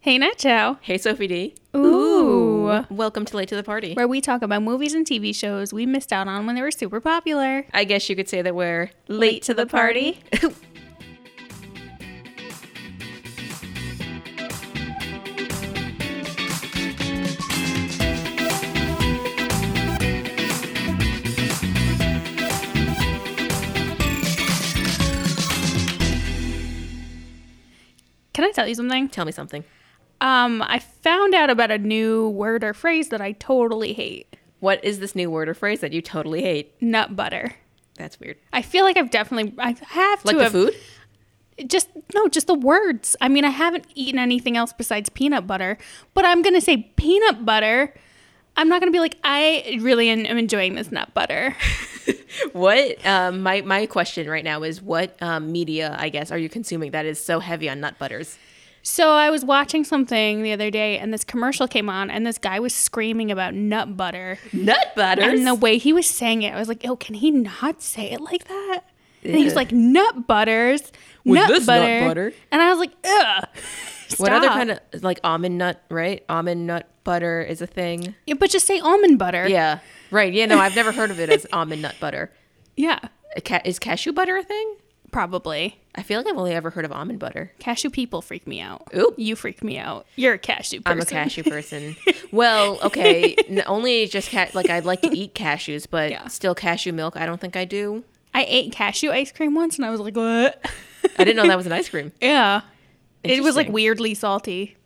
Hey Nacho. Hey, Sophie D. Ooh. Welcome to Late to the Party. Where we talk about movies and TV shows we missed out on when they were super popular. I guess you could say that we're late, to the party. Can I tell you something? Tell me something. Um, I found out about a new word or phrase that I totally hate. What is this new word or phrase that you totally hate? Nut butter. That's weird. I feel like I've definitely I have Like to the have, food? just no, just the words. I mean, I haven't eaten anything else besides peanut butter, but I'm gonna say peanut butter. I'm not gonna be like I really am am enjoying this nut butter. What? Um, my my question right now is what um, media, I guess, are you consuming that is so heavy on nut butters? So I was watching something the other day, and this commercial came on, and this guy was screaming about nut butter, Nut butters. and the way he was saying it, I was like, "Oh, can he not say it like that?" And he was like, "Nut butters, With nut this nut butter. butter. and I was like, "Ugh." what other Stop. kind of like almond nut? Right, almond nut butter is a thing. Yeah, but just say almond butter. Yeah, right. Yeah, no, I've never heard of it as almond nut butter. yeah, A ca- is cashew butter a thing? probably. I feel like I've only ever heard of almond butter. Cashew people freak me out. Ooh. You freak me out. You're a cashew person. I'm a cashew person. well, okay, n- only just ca- like I'd like to eat cashews, but Yeah. still cashew milk. I don't think I do. I ate cashew ice cream once and I was like, what? I didn't know that was an ice cream. yeah. It was like Interesting. weirdly salty.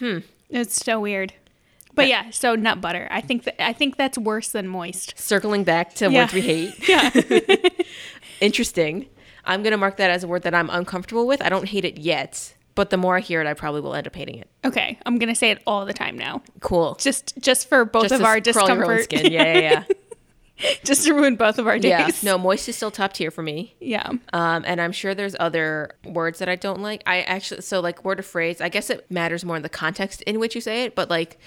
Hmm. It's so weird. But yeah, so nut butter. I think that I think that's worse than moist. Circling back to Yeah. words we hate. Yeah. Interesting. I'm gonna mark that as a word that I'm uncomfortable with. I don't hate it yet, but the more I hear it, I probably will end up hating it. okay, I'm gonna say it all the time now. Cool. Just just for both Just of to our crawl your own discomfort. Skin. Yeah, yeah, just to ruin both of our days. yeah. yeah. No, moist is still top tier for me. Yeah. Um, and I'm sure there's other words that I don't like. I actually, so like word or phrase, I guess it matters more in the context in which you say it, but like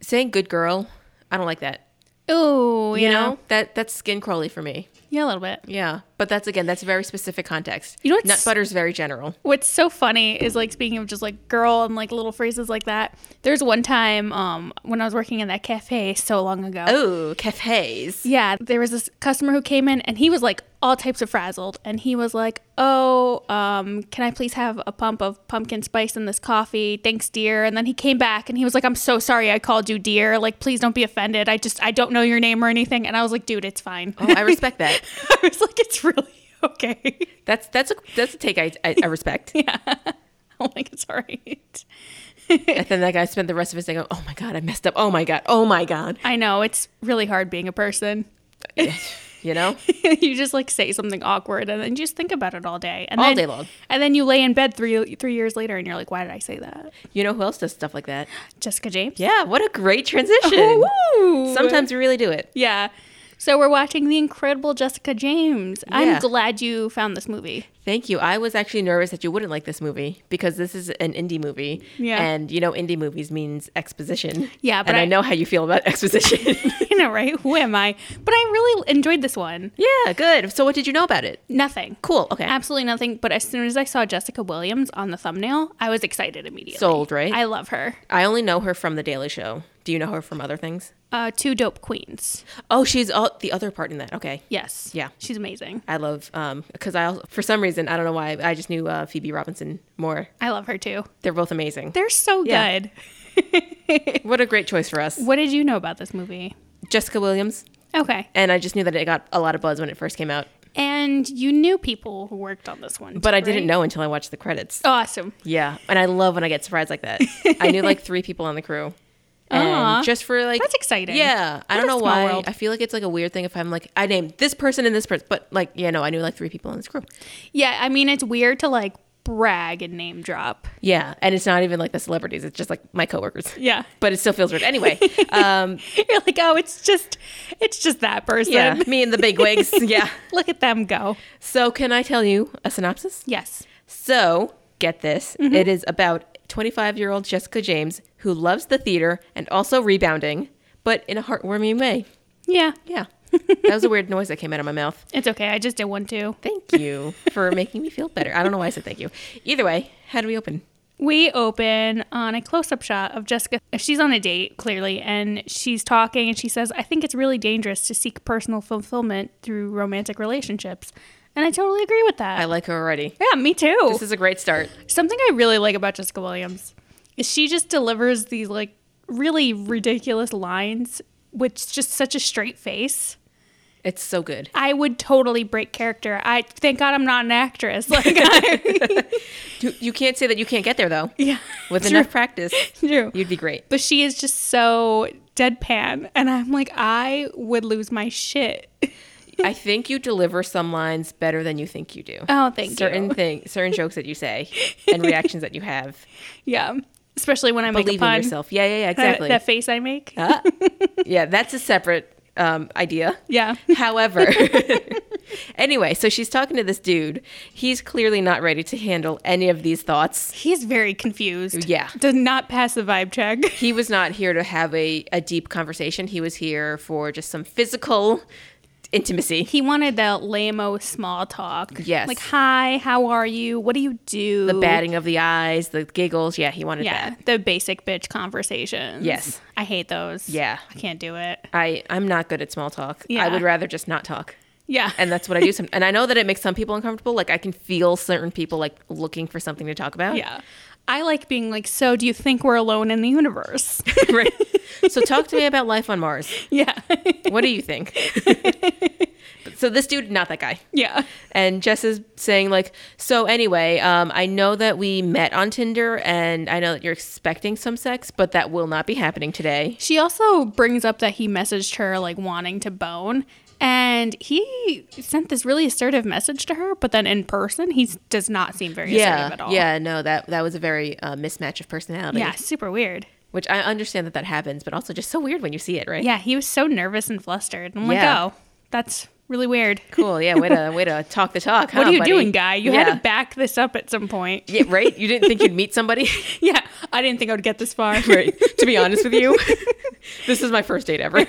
saying good girl, I don't like that. Oh, You know, that that's skin crawly for me. Yeah, a little bit. Yeah. But that's again, that's a very specific context. You know what's- Nut butter's very general. What's so funny is like speaking of just like girl and like little phrases like that. There's one time um when I was working in that cafe so long ago. Oh, cafes. Yeah, there was this customer who came in and he was like all types of frazzled and he was like, "Oh, um, can I please have a pump of pumpkin spice in this coffee? Thanks, dear." And then he came back and he was like, "I'm so sorry I called you dear. Like please don't be offended. I just I don't know your name or anything." And I was like, "Dude, it's fine." Oh, I respect that. I was like, "It's really okay." That's that's a that's a take I I, I respect. I'm like, "It's all right." And then that guy spent the rest of his day going, Oh my god, I messed up. Oh my god. Oh my god. I know it's really hard being a person. You know? you just like say something awkward and then just think about it all day and All then, day long. and then you lay in bed three three years later and you're like why did i say that You know who else does stuff like that? jessica james Yeah, what a great transition. Ooh. Sometimes we really do it. yeah so we're watching the incredible jessica james i'm Yeah. glad you found this movie Thank you. I was actually nervous that you wouldn't like this movie because this is an indie movie. Yeah. And you know, indie movies means exposition. Yeah, but and I, I- know how you feel about exposition. you know right who am i but i really enjoyed this one yeah, good. So, what did you know about it? nothing Cool. Okay. absolutely nothing but as soon as i saw jessica williams on the thumbnail i was excited immediately Sold, right? i love her I only know her from The Daily Show. Do you know her from other things? uh two dope queens Oh, she's all, the other part in that. Okay. yes Yeah. she's amazing I love um because I also, for some reason I don't know why I just knew uh, Phoebe Robinson more. i love her too They're both amazing. they're so Yeah. good What a great choice for us. What did you know about this movie? Jessica Williams. Okay. And I just knew that it got a lot of buzz when it first came out, And you knew people who worked on this one. but I right? didn't know until I watched the credits. Awesome. Yeah, and I love when I get surprised like that. I knew like three people on the crew, and Aw. just for like That's exciting. Yeah, I What don't a know small why. world. I feel like it's like a weird thing if I'm like I named this person and this person, but like yeah, no, I knew like three people on this crew. Yeah, I mean it's weird to like brag and name drop. Yeah, and it's not even like the celebrities; it's just like my coworkers. Yeah. But it still feels weird. Anyway, um, You're like, "Oh, it's just it's just that person. yeah, me and the big wigs. Yeah. Look at them go." So can I tell you a synopsis? Yes. So get this: Mm-hmm. It is about 25-year-old Jessica James who loves the theater and also rebounding, but in a heartwarming way. Yeah. Yeah. That was a weird noise that came out of my mouth. It's okay. I just did one too. Thank you for making me feel better. I don't know why I said thank you. Either way, how do we open? We open on a close up shot of Jessica. She's on a date, clearly, and she's talking and she says, I think it's really dangerous to seek personal fulfillment through romantic relationships. And I totally agree with that. I like her already. yeah, me too. This is a great start. Something I really like about Jessica Williams is she just delivers these like really ridiculous lines with just such a straight face. It's so good. I would totally break character. I thank God I'm not an actress. Like I, You, you can't say that you can't get there though. yeah, With true, enough practice, true. you'd be great. But she is just so deadpan, and I'm like, I would lose my shit. I think you deliver some lines better than you think you do. Oh, thank certain you. thing, certain jokes that you say, and reactions that you have. Yeah, especially when I make a Believe in pun. yourself. Yeah, yeah, yeah. That- Exactly. That, face I make. Ah. yeah, that's a separate um, idea. yeah. However, anyway, so she's talking to this dude. He's clearly not ready to handle any of these thoughts. He's very confused. Yeah. Does not pass the vibe check. He was not here to have a, a deep conversation. He was here for just some physical intimacy. He wanted that lame-o small talk. Yes. Like, hi, how are you? What do you do? The batting of the eyes, the giggles. Yeah, he wanted Yeah. that. The basic bitch conversations. Yes. I hate those. Yeah. I can't do it. I, I'm not good at small talk. Yeah. I would rather just not talk. Yeah. And that's what I do. Some, and I know that it makes some people uncomfortable. Like I can feel certain people like looking for something to talk about. yeah. I like being like, so do you think we're alone in the universe? right. So talk to me about life on Mars. yeah. What do you think? so this dude, not that guy. yeah. And Jess is saying like, so anyway, um, I know that we met on Tinder, and I know that you're expecting some sex, but that will not be happening today. She also brings up that he messaged her like wanting to bone. And he sent this really assertive message to her, but then in person, he does not seem very assertive at all. yeah, no, that that was a very uh, mismatch of personality. Yeah, super weird. which I understand that that happens, but also just so weird when you see it, right? Yeah, he was so nervous and flustered. I'm like, Yeah. oh, that's really weird. Cool. Yeah. Way to way to talk the talk. What huh, are you buddy? doing, guy? You had Yeah. to back this up at some point. Yeah, right? You didn't think you'd meet somebody? Yeah, I didn't think I would get this far. right. To be honest with you, this is my first date ever.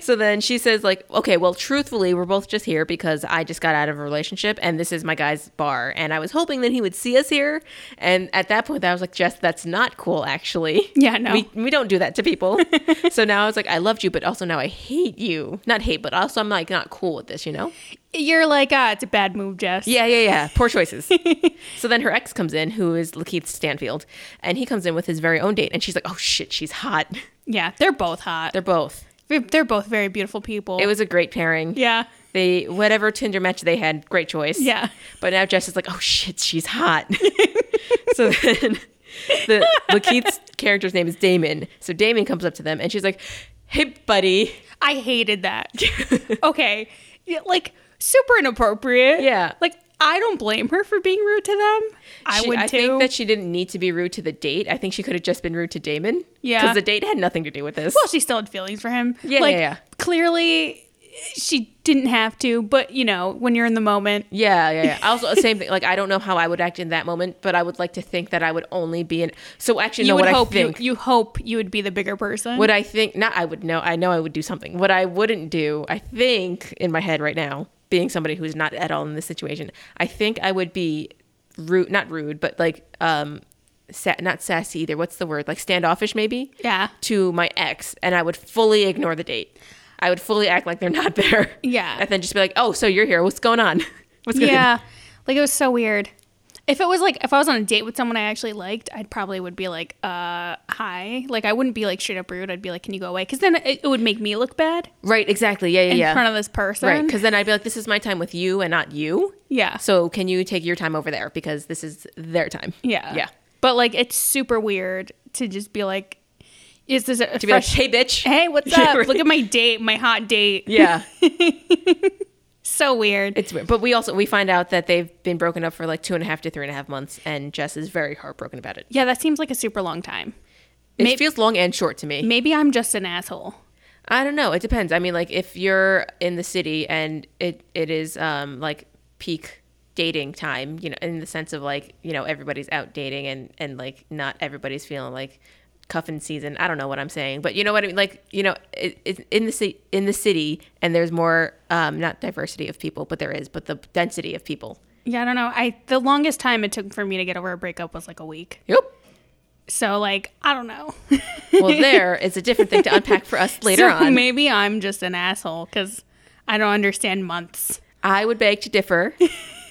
so then she says, like, okay, well, truthfully, we're both just here because I just got out of a relationship and this is my guy's bar. And I was hoping that he would see us here. And at that point, I was like, Jess, that's not cool, actually. Yeah, no. We, we don't do that to people. so now I was like, I loved you, but also now I hate you. Not hate, but also I'm like, not cool with this, you know? You're like, ah, it's a bad move, Jess. Yeah, yeah, yeah. Poor choices. so then her ex comes in, who is Lakeith Stanfield, and he comes in with his very own date, and she's like, "Oh shit, she's hot." Yeah, they're both hot. They're both. They're, they're both very beautiful people. It was a great pairing. yeah, They whatever Tinder match they had, great choice. yeah. But now Jess is like, "Oh shit, she's hot." so then the Lakeith's character's name is Damon. So Damon comes up to them, and she's like, "Hey, buddy." I hated that. okay, yeah, like super inappropriate. Yeah. like I don't blame her for being rude to them. I She- would I too. think that she didn't need to be rude to the date. I think she could have just been rude to Damon. Yeah. Because the date had nothing to do with this. well, she still had feelings for him. Yeah, like, yeah, yeah. Clearly, she didn't have to, but you know, when you're in the moment, Yeah, yeah, yeah. Also, same thing. Like, I don't know how I would act in that moment, but I would like to think that I would only be in. So, actually, you no, would what I hope you, think. you hope you would be the bigger person. what I think, not I would know, I know I would do something. What I wouldn't do, I think, in my head right now, being somebody who's not at all in this situation, I think I would be rude, not rude, but like, um, sa- not sassy either. What's the word? Like standoffish, maybe? Yeah. To my ex, and I would fully ignore the date. I would fully act like they're not there. Yeah. And then just be like, oh, so you're here. What's going on? What's good? Yeah. Like it was so weird. If it was like if I was on a date with someone I actually liked, I'd probably would be like, uh, hi. Like I wouldn't be like straight up rude. I'd be like, can you go away? Because then it, it would make me look bad Right, exactly. Yeah, yeah, in yeah. front of this person. Right, because then I'd be like, "This is my time with you, and not you. yeah. So can you take your time over there because this is their time." yeah. yeah. But like it's super weird to just be like, is this a To be fresh? like, "Hey, bitch." hey, what's Yeah, up? right. Look at my date, my hot date. Yeah, So weird. it's weird. But we also we find out that they've been broken up for like two and a half to three and a half months, and Jess is very heartbroken about it. yeah, that seems like a super long time. It Maybe- feels long and short to me. Maybe I'm just an asshole. I don't know. It depends. I mean, like if you're in the city and it it is um like peak dating time, you know, in the sense of like you know everybody's out dating and and like not everybody's feeling like cuffing season. I don't know what I'm saying, but you know what I mean. Like you know, it, it's in the city in the city and there's more um not diversity of people, but there is, but the density of people. Yeah, I don't know. I the longest time it took for me to get over a breakup was like a week. Yep. So like I don't know. Well, there is a different thing to unpack for us later so on. maybe I'm just an asshole because I don't understand months. I would beg to differ,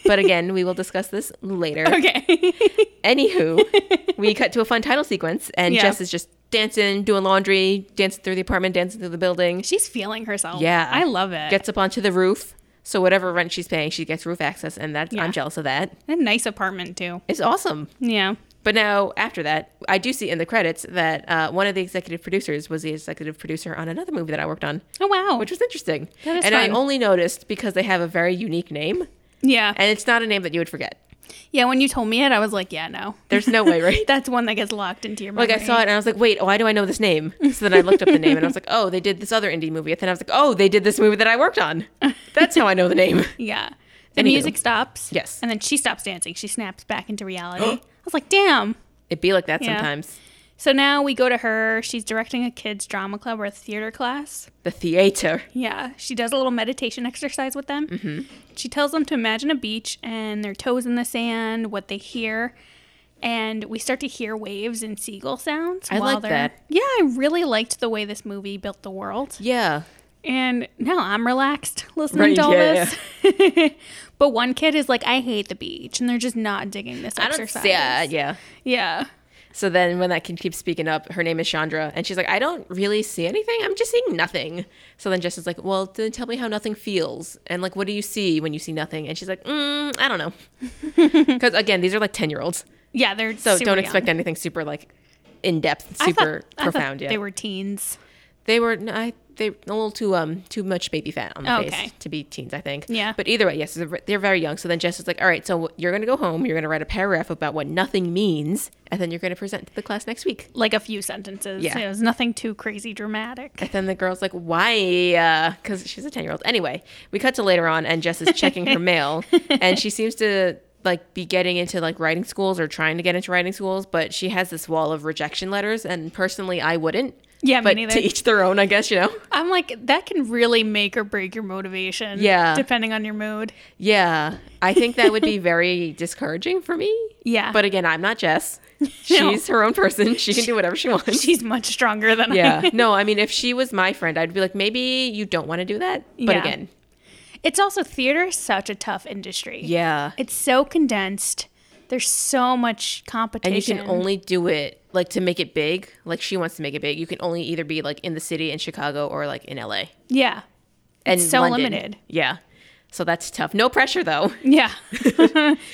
but again, we will discuss this later. Okay. Anywho, we cut to a fun title sequence, and Yeah. Jess is just dancing, doing laundry, dancing through the apartment, dancing through the building. She's feeling herself. Yeah. I love it. Gets up onto the roof. So whatever rent she's paying, she gets roof access, and that Yeah. I'm jealous of that. a nice apartment too. It's awesome. Yeah. But now, after that, I do see in the credits that uh, one of the executive producers was the executive producer on another movie that I worked on, Oh wow. which was interesting. That is and I fun. only noticed because they have a very unique name, yeah. and it's not a name that you would forget. yeah. When you told me it, I was like, yeah, no. There's no way, right? That's one that gets locked into your memory. Like I saw it and I was like, wait, why do I know this name? So then I looked up the name and I was like, oh, they did this other indie movie. And then I was like, oh, they did this movie that I worked on. That's how I know the name. Yeah. The Anywho. music stops. Yes. And then she stops dancing. She snaps back into reality. I was like, damn. It'd be like that Yeah. sometimes. So now we go to her. She's directing a kids' drama club or a theater class. The theater. Yeah. She does a little meditation exercise with them. Mm-hmm. She tells them to imagine a beach and their toes in the sand, what they hear. And we start to hear waves and seagull sounds. I like they're- that. Yeah, I really liked the way this movie built the world. Yeah. And now I'm relaxed listening Right, to all yeah, this. but one kid is like, I hate the beach. And they're just not digging this I don't exercise. yeah, yeah. Yeah. So then when that kid keeps speaking up, her name is Chandra, and she's like, I don't really see anything. I'm just seeing nothing. So then Jess is like, Well, then tell me how nothing feels. And like, what do you see when you see nothing? And she's like, mm, I don't know. Because again, these are like 10 year olds. Yeah. They're So don't expect anything super like in depth, super profound. Yeah. They were teens. They were no, I they a little too um too much baby fat on the Oh, okay. face to be teens, I think. Yeah. But either way, yes, they're they're very young. So then Jess is like, all right, so you're gonna go home, you're gonna write a paragraph about what nothing means, and then you're gonna present to the class next week. Like a few sentences. Yeah. It was nothing too crazy dramatic. And then the girl's like, why? Because she's a ten year old. Anyway, we cut to later on, and Jess is checking her mail, and she seems to like be getting into like writing schools or trying to get into writing schools, but she has this wall of rejection letters, and personally, I wouldn't. Yeah, me but neither. to each their own, I guess. You know. I'm like, that can really make or break your motivation. Yeah. Depending on your mood. Yeah, I think that would be very discouraging for me. Yeah. But again, I'm not Jess. She's her own person. She can do whatever she wants. She's much stronger than I Yeah. am. No, I mean, if she was my friend, I'd be like, maybe you don't want to do that. But Yeah. again, It's also theater is such a tough industry. yeah. It's so condensed. There's so much competition. And you can only do it like to make it big. Like she wants to make it big. You can only either be like in the city in Chicago or like in LA. yeah, And It's so London. limited. Yeah. So that's tough. No pressure though. yeah.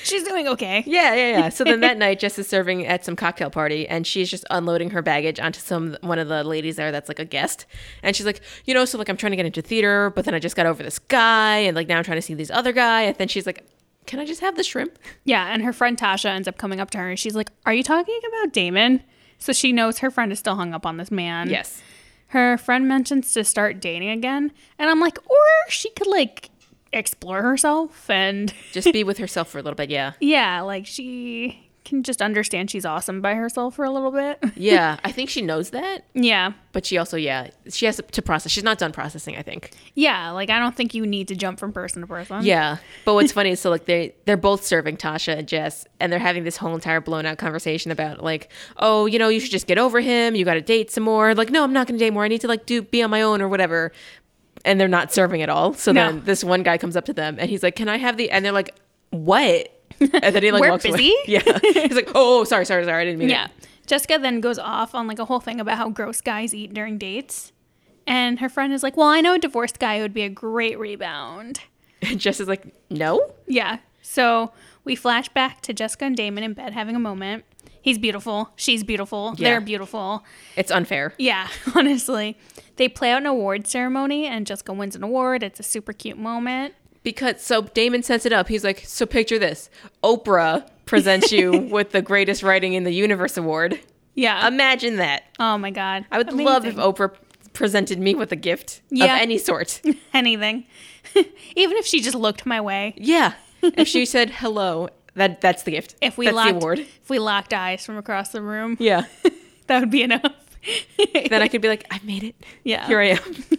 She's doing okay. Yeah, yeah, yeah. So then that night, Jess is serving at some cocktail party, and she's just unloading her baggage onto some one of the ladies there that's like a guest, and she's like, you know, so like I'm trying to get into theater, but then I just got over this guy, and like now I'm trying to see this other guy, and then she's like, can I just have the shrimp? Yeah, and her friend Tasha ends up coming up to her, and she's like, "Are you talking about Damon?" So she knows her friend is still hung up on this man. Yes. Her friend mentions to start dating again, and I'm like, or she could like explore herself and Just be with herself for a little bit. Yeah. yeah, like she can just understand she's awesome by herself for a little bit. Yeah. I think she knows that, yeah. but she also, yeah, she has to process. She's not done processing, I think. Yeah, like I don't think you need to jump from person to person. Yeah. But what's funny is so like they they're both serving Tasha and Jess and they're having this whole entire blown out conversation about like, oh, you know, you should just get over him, you gotta date some more. Like, no, I'm not gonna date more. I need to like do be on my own or whatever. And they're not serving at all. So No. then this one guy comes up to them and he's like, Can I have the and they're like, What? And then he like We're walks busy? away. Yeah. He's like, Oh, sorry, sorry, sorry. I didn't mean it." Yeah. Jessica then goes off on like a whole thing about how gross guys eat during dates. And her friend is like, Well, I know a divorced guy who would be a great rebound. And Jess is like, No? Yeah. So we flash back to Jessica and Damon in bed having a moment. He's beautiful. She's beautiful. Yeah. They're beautiful. It's unfair. Yeah, honestly. They play out an award ceremony and Jessica wins an award. It's a super cute moment. Because so Damon sets it up. He's like, so picture this: Oprah presents you with the greatest writing in the universe award. Yeah. Imagine that. Um, oh my God. I would love if Amazing. Oprah presented me with a gift Yeah. of any sort. anything. Even if she just looked my way. Yeah. if she said hello, that that's the gift. If we that's locked the award. if we locked eyes from across the room, Yeah. that would be enough. Oh. then I could be like, I made it. yeah. Here I am. so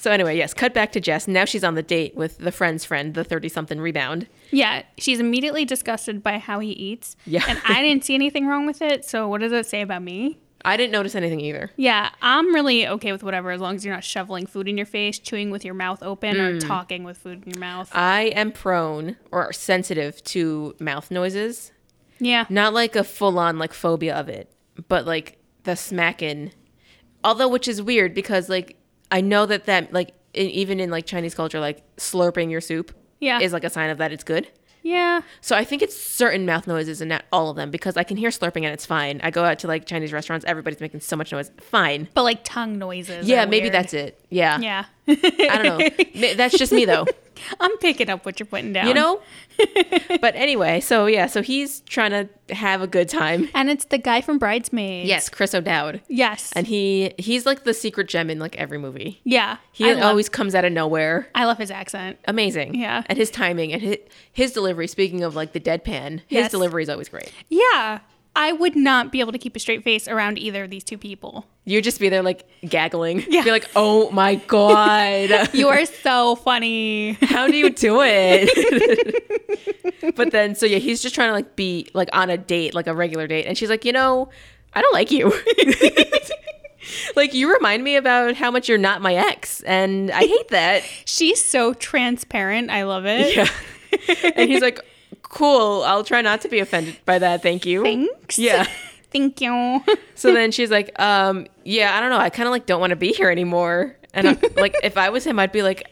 So anyway, yes, cut back to Jess. Now she's on the date with the friend's friend, the 30-something rebound. Yeah, she's immediately disgusted by how he eats. Yeah. And I didn't see anything wrong with it. So what does it say about me? I didn't notice anything either. Yeah, I'm really okay with whatever as long as you're not shoveling food in your face, chewing with your mouth open, or Mm. talking with food in your mouth. I am prone or sensitive to mouth noises. yeah. Not like a full-on like phobia of it, but like the smacking. Although which is weird because like I know that that like in, even in like Chinese culture like slurping your soup Yeah. is like a sign of that it's good. yeah. So I think it's certain mouth noises and not all of them because I can hear slurping and it's fine. I go out to like Chinese restaurants, everybody's making so much noise. Fine. But like tongue noises. Yeah, are maybe weird. that's it. Yeah. Yeah. I don't know. Ma- That's just me though. I'm picking up what you're putting down. You know? but anyway, so yeah, so he's trying to have a good time. And it's the guy from Bridesmaids. Yes, Chris O'Dowd. Yes. And he he's like the secret gem in like every movie. yeah. He I love, always comes out of nowhere. I love his accent. Amazing. Yeah. And his timing and his, his delivery, speaking of like the deadpan, his Yes. delivery is always great. Yeah. I would not be able to keep a straight face around either of these two people. You'd just be there like gaggling. Yeah. You're like, oh my God. You are so funny. How do you do it? but then so yeah, he's just trying to like be like on a date, like a regular date. And she's like, you know, I don't like you. like you remind me about how much you're not my ex, and I hate that. She's so transparent. I love it. Yeah. and he's like, Cool, I'll try not to be offended by that, thank you. Thanks. Yeah. Thank you. So then she's like, um, yeah, I don't know. I kind of like don't want to be here anymore. And I, like, if I was him, I'd be like,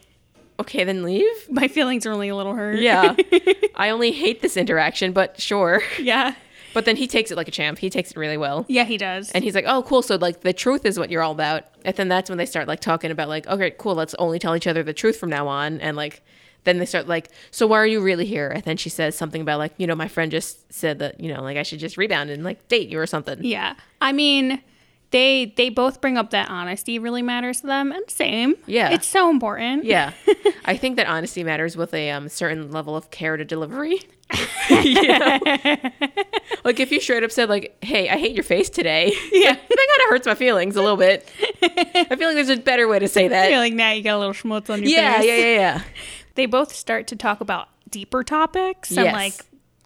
okay, then leave. My feelings are only a little hurt. Yeah. I only hate this interaction, but sure. yeah. But then he takes it like a champ. He takes it really well. Yeah, he does. And he's like, oh, cool. So like the truth is what you're all about. And then that's when they start like talking about like, okay, cool. Let's only tell each other the truth from now on. And like, then they start like, so why are you really here? And then she says something about like, you know, my friend just said that, you know, like I should just rebound and like date you or something. yeah. I mean, they they both bring up that honesty really matters to them and same. Yeah. It's so important. Yeah. I think that honesty matters with a um, certain level of care to delivery. you know? Like if you straight up said like, "Hey, I hate your face today," yeah, that kind of hurts my feelings a little bit. I feel like there's a better way to say I feel that. like now you got a little schmutz on your Yeah, yeah, face. yeah, yeah. They both start to talk about deeper topics and Yes. like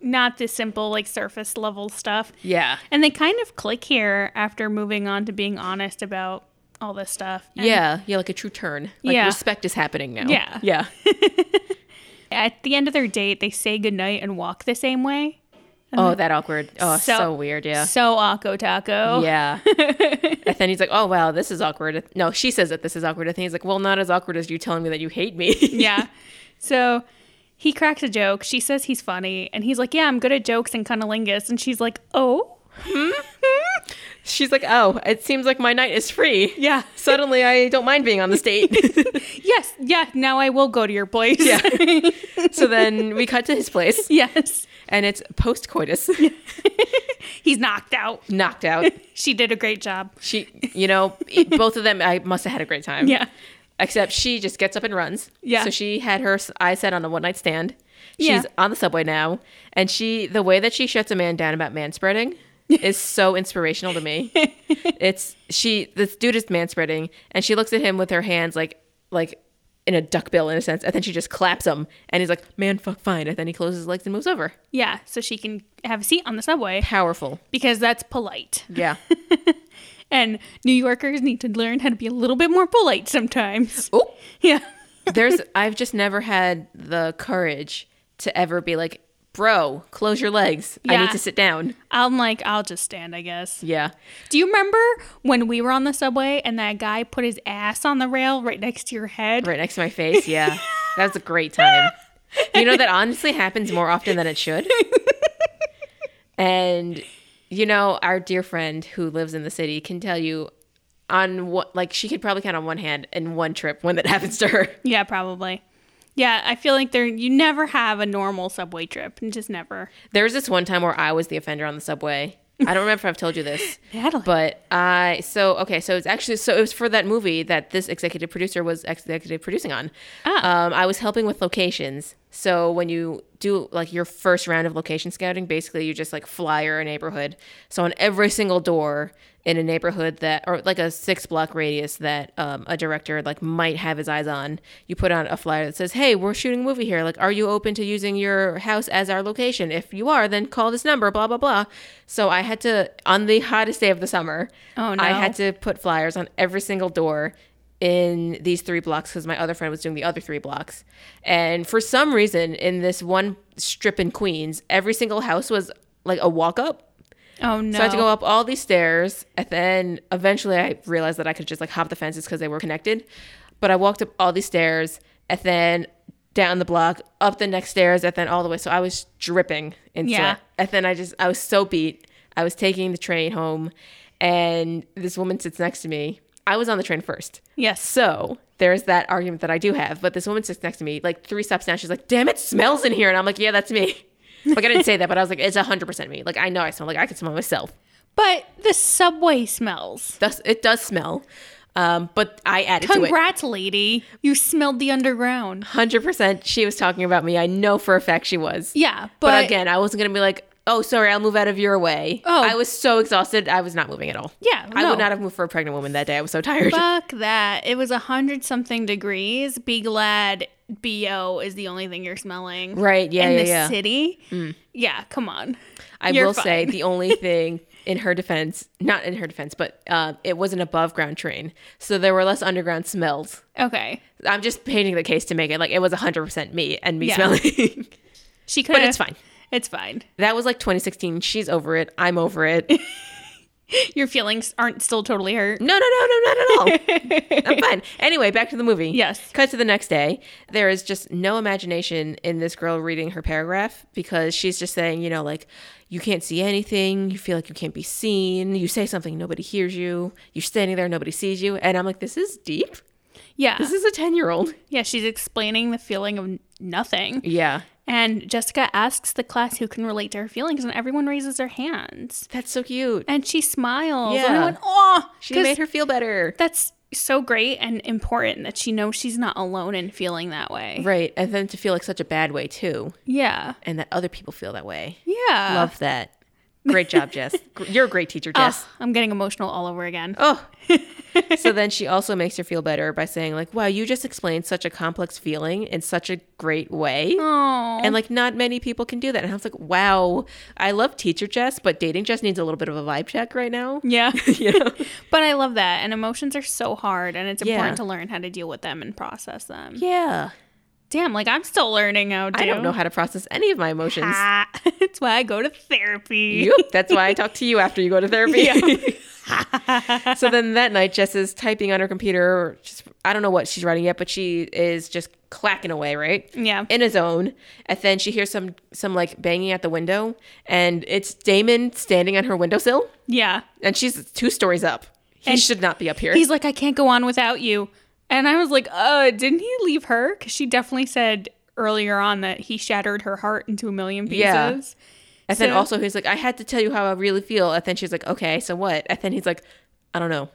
not this simple like surface level stuff. Yeah. And they kind of click here after moving on to being honest about all this stuff. And Yeah, yeah, like a true turn. Like Yeah. respect is happening now. Yeah. Yeah. At the end of their date, they say goodnight and walk the same way. Oh, that awkward. Oh, so, So- weird. Yeah. So Akko Taco. Yeah. and then he's like, "Oh, wow, this is awkward." No, she says that this is awkward. And he's like, "Well, not as awkward as you telling me that you hate me." Yeah. So he cracks a joke. She says he's funny. And he's like, Yeah, I'm good at jokes and cunnilingus. And she's like, Oh. She's like, "Oh, it seems like my night is free." Yeah. Suddenly, I don't mind being on the state. Yes. Yeah. Now I will go to your place. Yeah. so then we cut to his place, yes. and it's post coitus, He's knocked out. knocked out. She did a great job. She, you know, it- both of them, I must have had a great time. Yeah. Except she just gets up and runs. Yeah. So she had her s- eyes set on a one night stand. She's Yeah. on the subway now, and she, the way that she shuts a man down about manspreading is so inspirational to me. it's she, this dude is manspreading, and she looks at him with her hands like, like in a duckbill in a sense, and then she just claps him, and he's like, "Man, fuck, fine," and then he closes his legs and moves over. Yeah. So she can have a seat on the subway Powerful. because that's polite. Yeah. And New Yorkers need to learn how to be a little bit more polite sometimes. oh. Yeah. There's I've just never had the courage to ever be like, bro, close your legs. I Yeah. need to sit down. I'm like, I'll just stand, I guess. Yeah. Do you remember when we were on the subway and that guy put his ass on the rail right next to your head? Right next to my face. Yeah. that was a great time. You know, that honestly happens more often than it should. And you know, our dear friend who lives in the city can tell you on what like she could probably count on one hand in one trip when that happens to her. Yeah, probably. Yeah, I feel like there you never have a normal subway trip. You Just never. There was this one time where I was the offender on the subway. I don't remember if I've told you this. Natalie. But I so okay, so it's actually so it was for that movie that this executive producer was executive producing on. Ah. Um, I was helping with locations, So when you do like your first round of location scouting, basically you just like flyer a neighborhood. So on every single door in a neighborhood that, or like a six block radius that um, a director like might have his eyes on, you put on a flyer that says, "Hey, we're shooting a movie here. Like, are you open to using your house as our location? If you are, then call this number." Blah blah blah. So I had to on the hottest day of the summer. Oh, no. I had to put flyers on every single door in these three blocks because my other friend was doing the other three blocks. And for some reason, in this one strip in Queens, every single house was like a walk up. Oh no. So I had to go up all these stairs, and then eventually I realized that I could just like hop the fences because they were connected. But I walked up all these stairs, and then down the block, up the next stairs, and then all the way. So I was dripping in Yeah. sweat. And then I just I was so beat. I was taking the train home, and this woman sits next to me. I was on the train first. Yes. So there's that argument that I do have. But this woman sits next to me, like three steps down. She's like, damn, it smells in here. And I'm like, yeah, that's me. Like, I didn't say that, but I was like, it's 100% me. Like, I know I smell. Like, I can smell myself. But the subway smells. Does, it does smell. Um, but I added to it. Congrats, lady. You smelled the underground. 100% she was talking about me. I know for a fact she was. Yeah, but, But, again, I wasn't going to be like, oh, sorry, I'll move out of your way. Oh. I was so exhausted. I was not moving at all. Yeah, I no. would not have moved for a pregnant woman that day. I was so tired. fuck that. It was a hundred something degrees. Be glad bo is the only thing you're smelling. Right, yeah, In yeah, the yeah. Mm. city. Yeah. Come on. I You're will say fine. the only thing in her defense, not in her defense, but uh, it was an above ground train. So there were less underground smells. Okay. I'm just painting the case to make it like it was 100% me and me Yeah. smelling. She could. but it's fine. It's fine. That was like 2016. She's over it. I'm over it. Your feelings aren't still totally hurt. No, no, no, no, not at all. I'm fine. Anyway, back to the movie. Yes. Cut to the next day. There is just no imagination in this girl reading her paragraph because she's just saying, you know, like, you can't see anything. You feel like you can't be seen. You say something, nobody hears you. You're standing there, nobody sees you. And I'm like, this is deep. Yeah. This is a 10 year old. yeah. She's explaining the feeling of nothing. Yeah. And Jessica asks the class who can relate to her feelings, and everyone raises their hands. That's so cute. And she smiles. And I Yeah. went, oh, She made her feel better. That's so great and important that she knows she's not alone in feeling that way. Right. And then to feel like such a bad way, too. Yeah. And that other people feel that way. Yeah. Love that. Great job, Jess. Gr- You're a great teacher, Ah, Jess. I'm getting emotional all over again. Oh. so then she also makes her feel better by saying like, "Wow, you just explained such a complex feeling in such a great way." Oh. And like not many people can do that. And I was like, "Wow, I love teacher Jess, but dating Jess needs a little bit of a vibe check right now." Yeah. you know? but I love that. And emotions are so hard, and it's Yeah. important to learn how to deal with them and process them. Yeah. Damn, like I'm still learning how to. I don't know how to process any of my emotions. Ah, that's why I go to therapy. Yup, that's why I talk to you after you go to therapy. so then that night, Jess is typing on her computer. Or just I don't know what she's writing yet, but she is just clacking away, right? Yeah. In a zone, and then she hears some some like banging at the window, and it's Damon standing on her windowsill, Yeah. and she's two stories up. He should not be up here. He's like, I can't go on without you. And I was like, uh, didn't he leave her? Because she definitely said earlier on that he shattered her heart into a million pieces. Yeah. And then so- also he's like, I had to tell you how I really feel. And then she's like, okay, so what? And then he's like, I don't know.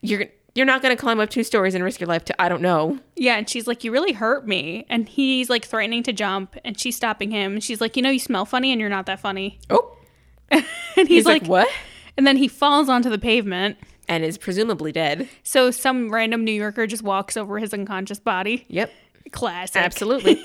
You're you're not gonna climb up two stories and risk your life to I don't know. Yeah, and she's like, You really hurt me. And he's like threatening to jump, and she's stopping him. And she's like, You know, you smell funny and you're not that funny. Oh, And he's, he's, like, like, what? And then he falls onto the pavement. And is presumably dead. So some random New Yorker just walks over his unconscious body. Yep, Classic. absolutely.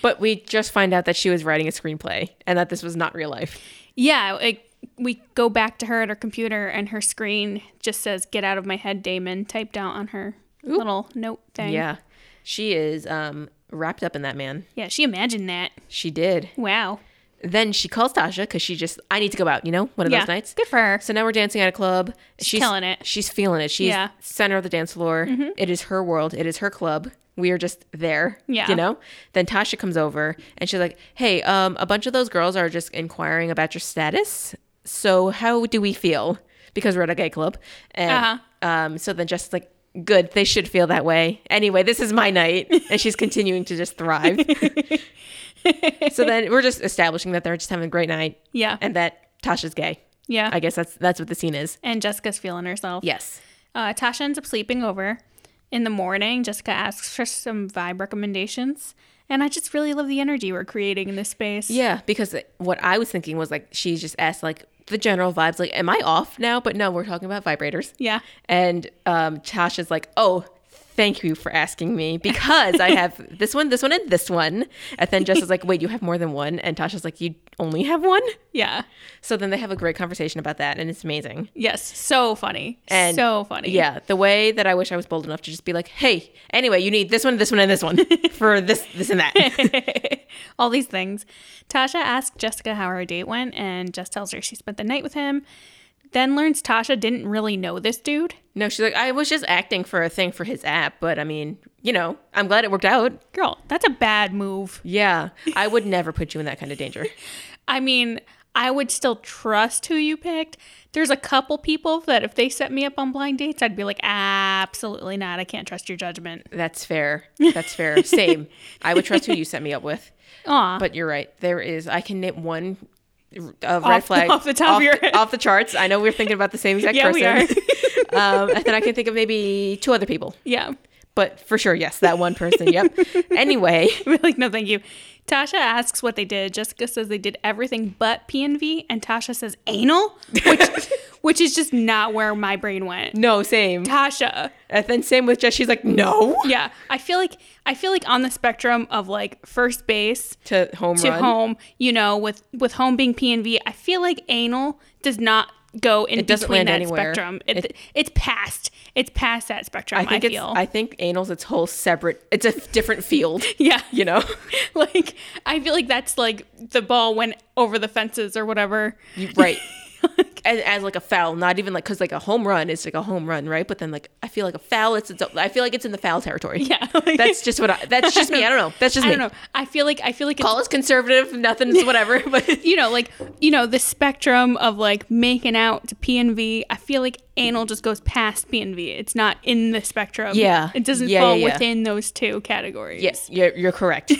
but we just find out that she was writing a screenplay and that this was not real life. Yeah, like we go back to her at her computer, and her screen just says "Get out of my head, Damon" typed out on her little note thing. Yeah, she is um, wrapped up in that man. yeah, she imagined that. She did. Wow. Then she calls Tasha because she just I need to go out. You know, one of yeah, those nights. good for her. So now we're dancing at a club. She's, killing it. She's feeling it. She's Yeah. Mm-hmm. center of the dance floor. It is her world. It is her club. We are just there. Yeah. You know? Then Tasha comes over and she's like, Hey, um, a bunch of those girls are just inquiring about your status. So how do we feel? Because we're at a gay club. And Uh-huh. um, so then Jess is like, Good, they should feel that way. Anyway, this is my night. And she's continuing to just thrive. so then we're just establishing that they're just having a great night Yeah, and that Tasha's gay. yeah. I guess that's that's what the scene is. and Jessica's feeling herself. Yes. Uh, Tasha ends up sleeping over. In the morning, Jessica asks for some vibe recommendations, And I just really love the energy we're creating in this space. Yeah, because what I was thinking was like she just asked like the general vibes, like, am I off now? But no, we're talking about vibrators. Yeah. And um, Tasha's like, oh, thank you for asking me because I have this one, this one, and this one. And then Jess is like, wait, you have more than one? And Tasha's like, you only have one? Yeah. So then they have a great conversation about that, and it's amazing. Yes. So funny. And so funny. Yeah, the way that I wish I was bold enough to just be like, hey, anyway, you need this one, this one, and this one for this, this, and that. All these things. Tasha asks Jessica how her date went, and Jess tells her she spent the night with him. Then learns Tasha didn't really know this dude. no, she's like, I was just acting for a thing for his app, but I mean, you know, I'm glad it worked out. Girl, that's a bad move. Yeah, I would never put you in that kind of danger. I mean, I would still trust who you picked. There's a couple people that if they set me up on blind dates, I'd be like, absolutely not. I can't trust your judgment. That's fair. That's fair. Same. I would trust who you set me up with. Aw. But you're right. There is. I can name one uh, red Off- flag off the top of your the- head. off the charts. I know we're thinking about the same exact Yeah, we person. um, and then I can think of maybe two other people. yeah. But for sure, yes, that one person. Yep. Anyway, We're like, no, thank you. Tasha asks what they did. Jessica says they did everything but PNV, and Tasha says anal, which, which is just not where my brain went. no, same. Tasha, And then same with Jess. She's like, no yeah, I feel like I feel like on the spectrum of like first base to home to run. home, you know, with with home being PNV, I feel like anal does not go in It doesn't between land that anywhere. spectrum. It, It- it's past. It's past that spectrum. I I, think it's. feel. I think anal's its whole separate. It's a different field. yeah. You know, like I feel like that's like the ball went over the fences or whatever. You- right. as, as like a foul, not even like because like a home run is like a home run, right? But then like I feel like a foul, it's, it's I feel like it's in the foul territory. Yeah, like- that's just what I, that's just me. I don't know. That's just I me. don't know. I feel like I feel like it's, Call us conservative, nothing's whatever. But you know, like you know, the spectrum of like making out to PNV. I feel like anal just goes past PNV. It's not in the spectrum. Yeah. it doesn't Yeah, fall yeah, yeah. within those two categories. yes, you're, you're correct.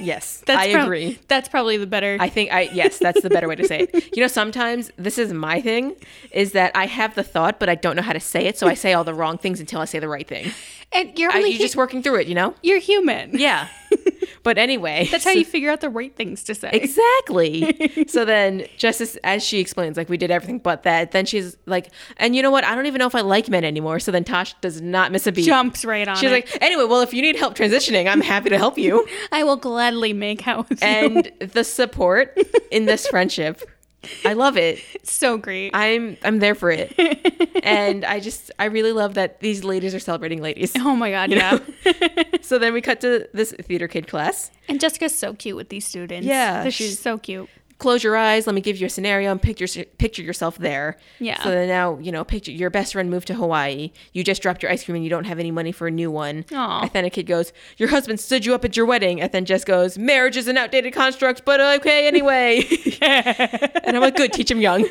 Yes, I prob- agree. That's probably the better. I think I yes, that's the better way to say it. You know, sometimes this is my thing is that I have the thought, but I don't know how to say it, so I say all the wrong things until I say the right thing. and you're I, only you're just working through it, you know? you're human. Yeah. But anyway, That's how you figure out the right things to say. Exactly. so then, just as, as she explains, like we did everything but that. Then she's like, and you know what? I don't even know if I like men anymore. So then Tosh does not miss a beat. Jumps right on. She's it. like, anyway, well, if you need help transitioning, I'm happy to help you. I will gladly make out with you. And the support in this friendship, I love it. It's so great. I'm I'm there for it. And I just I really love that these ladies are celebrating ladies. oh my god, yeah. So then we cut to this theater kid class. and Jessica's so cute with these students. Yeah, They're she's- so cute. close your eyes let me give you a scenario and picture picture yourself there Yeah. so then now you know picture your best friend moved to hawaii you just dropped your ice cream and you don't have any money for a new one Aw. and then a kid goes your husband stood you up at your wedding and then jess goes marriage is an outdated construct but okay anyway and i'm like good teach him young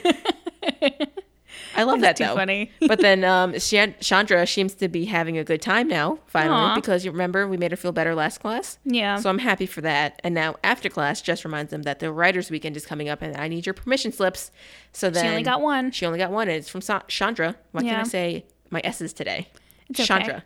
i love that That's too though funny. but then um, Shan- chandra seems to be having a good time now finally Aw. because you remember we made her feel better last class Yeah. so I'm happy for that. And now after class, Jess reminds them that the writers' weekend is coming up, and I need your permission slips. So then only got one. She only got one, and it's from Sa- Chandra. Why can't Yeah. I say my S's today? It's okay. Chandra.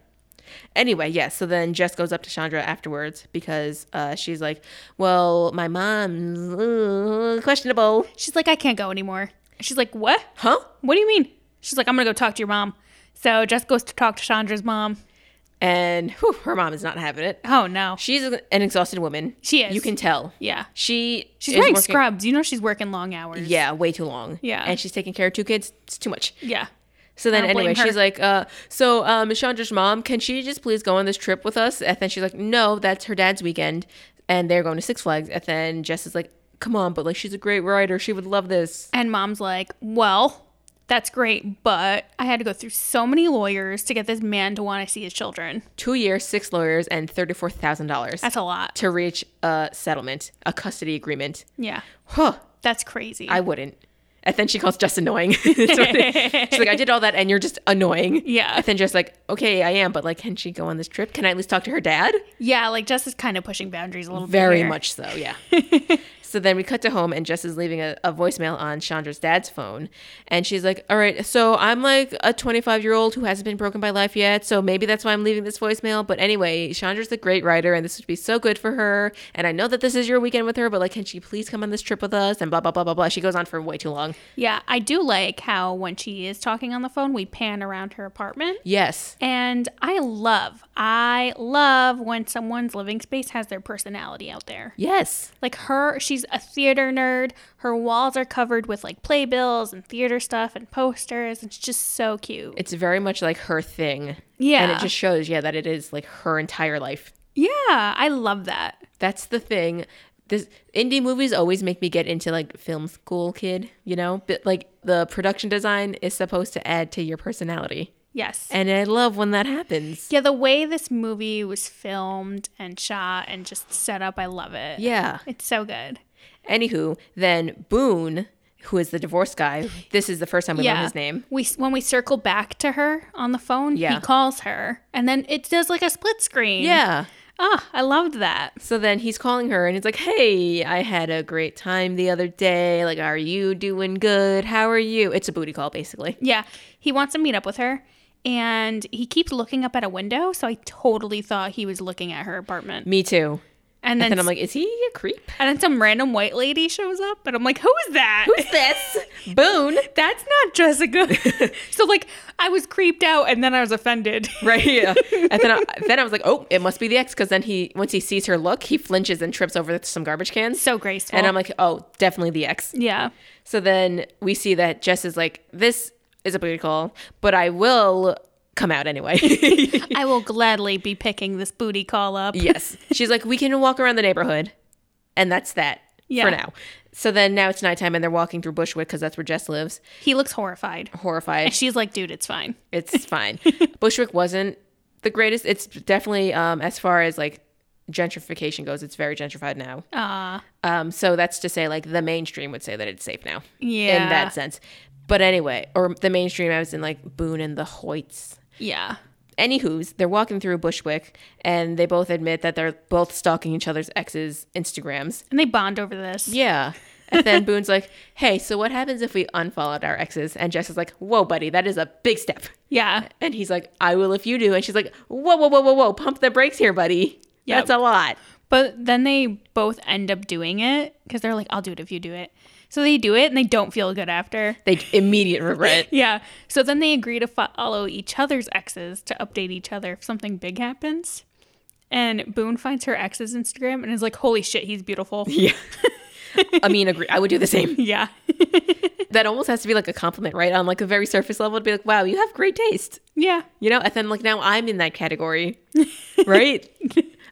Anyway, yes. so then Jess goes up to Chandra afterwards because uh, she's like, "Well, my mom's uh, questionable, She's like, I can't go anymore. She's like, What? huh?" What do you mean? She's like, I'm gonna go talk to your mom. So Jess goes to talk to Chandra's mom. And whew, her mom is not having it. Oh no. She's an exhausted woman. She is. You can tell. Yeah. She She's is wearing working- scrubs. You know she's working long hours. Yeah, way too long. Yeah. And she's taking care of two kids. It's too much. Yeah. So then, I don't blame anyway, her. she's like, uh, "So, um, Chandra's mom, can she just please go on this trip with us?" And then she's like, "No, that's her dad's weekend, and they're going to Six Flags." And then Jess is like, "Come on, but like, she's a great writer. She would love this." And mom's like, Well, that's great, but I had to go through so many lawyers to get this man to want to see his children. Two years, six lawyers, and thirty-four thousand dollars That's a lot. to reach a settlement, a custody agreement. Yeah. Huh? That's crazy. I wouldn't. And then she calls Jess annoying. That's what it- she's like, "I did all that, and you're just annoying." Yeah. And then Jess like, "Okay, I am, but like, can she go on this trip? Can I at least talk to her dad?" yeah, like Jess is kind of pushing boundaries a little bit. Very here. much so, yeah. So then we cut to home, and Jess is leaving a, a voicemail on Chandra's dad's phone. And she's like, All right, so I'm like a 25 year old who hasn't been broken by life yet. So maybe that's why I'm leaving this voicemail. But anyway, Chandra's a great writer, and this would be so good for her. And I know that this is your weekend with her, but like, can she please come on this trip with us? And blah, blah, blah, blah, blah. She goes on for way too long. Yeah, I do like how when she is talking on the phone, we pan around her apartment. Yes. And I love, I love when someone's living space has their personality out there. Yes. Like her, she's a theater nerd. Her walls are covered with like playbills and theater stuff and posters. It's just so cute. It's very much like her thing. Yeah. And it just shows, yeah, that it is like her entire life. yeah, I love that. That's the thing. This indie movies always make me get into like film school kid, you know? But like the production design is supposed to add to your personality. Yes. And I love when that happens. yeah, the way this movie was filmed and shot and just set up, I love it. Yeah. It's so good. Anywho, then Boone, who is the divorce guy, this is the first time we learn yeah. his name. We when we circle back to her on the phone, Yeah. he calls her, and then it does like a split screen. Yeah. Ah, I loved that. So then he's calling her and he's like, Hey, I had a great time the other day. Like, are you doing good? How are you? It's a booty call, basically. Yeah, he wants to meet up with her, and he keeps looking up at a window. So I totally thought he was looking at her apartment, Me too. and then And then I'm like, Is he a creep? and then some random white lady shows up, and I'm like, who is that? Who's this? Boone. That's not Jessica. so like, I was creeped out, and then I was offended. Right. Yeah. And then I, then I was like, oh, it must be the ex, because then he once he sees her look, he flinches and trips over some garbage cans. so graceful. and I'm like, oh, definitely the ex. yeah, So then we see that Jess is like, this is a booty call, but I will come out anyway. I will gladly be picking this booty call up. yes. She's like, we can walk around the neighborhood, and that's that Yeah. for now. So then now it's nighttime, and they're walking through Bushwick because that's where Jess lives. He looks horrified. Horrified. She's like, dude, it's fine. It's fine. Bushwick wasn't the greatest. It's definitely um, as far as like gentrification goes, it's very gentrified now. Uh, Um, so that's to say, like the mainstream would say that it's safe now. Yeah. In that sense. But anyway, or the mainstream, I was in like Boone and the Hoyts. yeah. Anywho's, they're walking through Bushwick and they both admit that they're both stalking each other's exes' Instagrams. And they bond over this. Yeah. And then Boone's like, hey, so what happens if we unfollowed our exes? And Jess is like, whoa, buddy, that is a big step. Yeah. And he's like, I will if you do. And she's like, whoa, whoa, whoa, whoa, whoa, pump the brakes here, buddy. Yep. That's a lot. But then they both end up doing it because they're like, I'll do it if you do it. So they do it and they don't feel good after. They immediate regret. Yeah. So then they agree to follow each other's exes to update each other if something big happens. And Boone finds her ex's Instagram and is like, holy shit, he's beautiful. yeah. I mean, agree. I would do the same. yeah. That almost has to be like a compliment, right? On like a very surface level, to be like, wow, you have great taste, Yeah. you know? And then like now I'm in that category, right?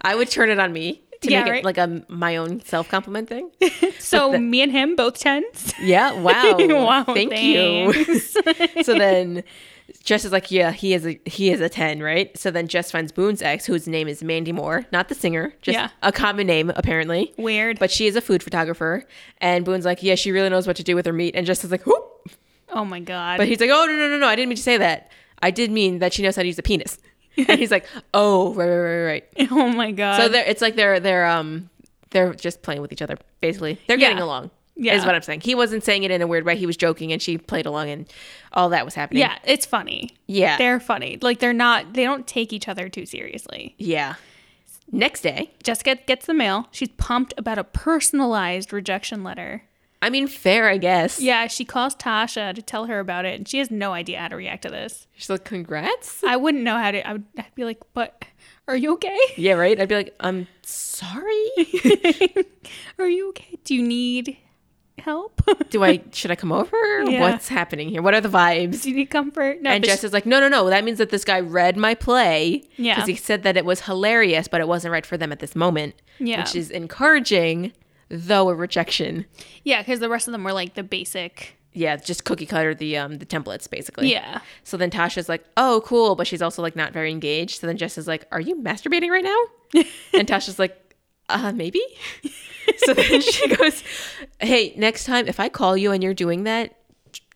I would turn it on me to Yeah, make right. it like a my own self compliment thing. So me and him, both tens. Yeah. Wow. Wow, Oh, Thank you. so then Jess is like, yeah, he is a he is a ten, right? So then Jess finds Boone's ex, whose name is Mandy Moore, not the singer, just Yeah. a common name apparently. Weird. But she is a food photographer, and Boone's like, yeah, she really knows what to do with her meat, and Jess is like, whoop. oh my God. But he's like, oh no no no no, I didn't mean to say that. I did mean that she knows how to use a penis. and he's like, oh right right right right. oh my God. So they're, it's like they're they're um they're just playing with each other basically. They're getting Yeah. along. Yeah. Yeah. Is what I'm saying. He wasn't saying it in a weird way. He was joking and she played along and all that was happening. yeah. It's funny. Yeah. They're funny. Like they're not, they don't take each other too seriously. yeah. Next day. Jessica gets the mail. She's pumped about a personalized rejection letter. I mean fair, I guess. Yeah, she calls Tasha to tell her about it, and she has no idea how to react to this. She's like, Congrats. I wouldn't know how to. I would, I'd be like, "But are you okay? Yeah, right? I'd be like, I'm sorry. Are you okay? Do you need help? Do I should I come over? Yeah. What's happening here? What are the vibes? Do you need comfort?" No, And but Jess is like, no, no, no. That means that this guy read my play. Yeah. Because he said that it was hilarious, but it wasn't right for them at this moment. Yeah. Which is encouraging, though a rejection. she- yeah, because the rest of them were like the basic. yeah, just cookie cutter the um the templates basically. Yeah, So then Tasha's like, "Oh, cool," but she's also like not very engaged. So then Jess is like, "Are you masturbating right now?" and Tasha's like, "Uh, maybe." so then she goes, "Hey, next time if I call you and you're doing that,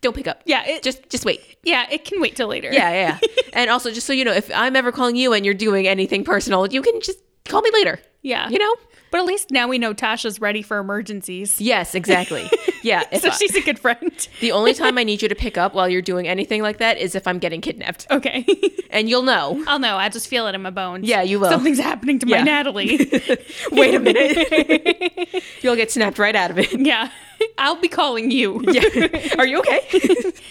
don't pick up. yeah, it, Just just wait." yeah. It can wait till later. Yeah, yeah. yeah. and also just so you know, if I'm ever calling you and you're doing anything personal, you can just call me later. Yeah. You know? But at least now we know Tasha's ready for emergencies. Yes, exactly. Yeah. if so I- she's a good friend. the only time I need you to pick up while you're doing anything like that is if I'm getting kidnapped. Okay. And you'll know. I'll know. I just feel it in my bones. Yeah, you will. Something's happening to my Yeah. Natalie. Wait a minute. you'll get snapped right out of it. yeah. I'll be calling you. Yeah. Are you okay?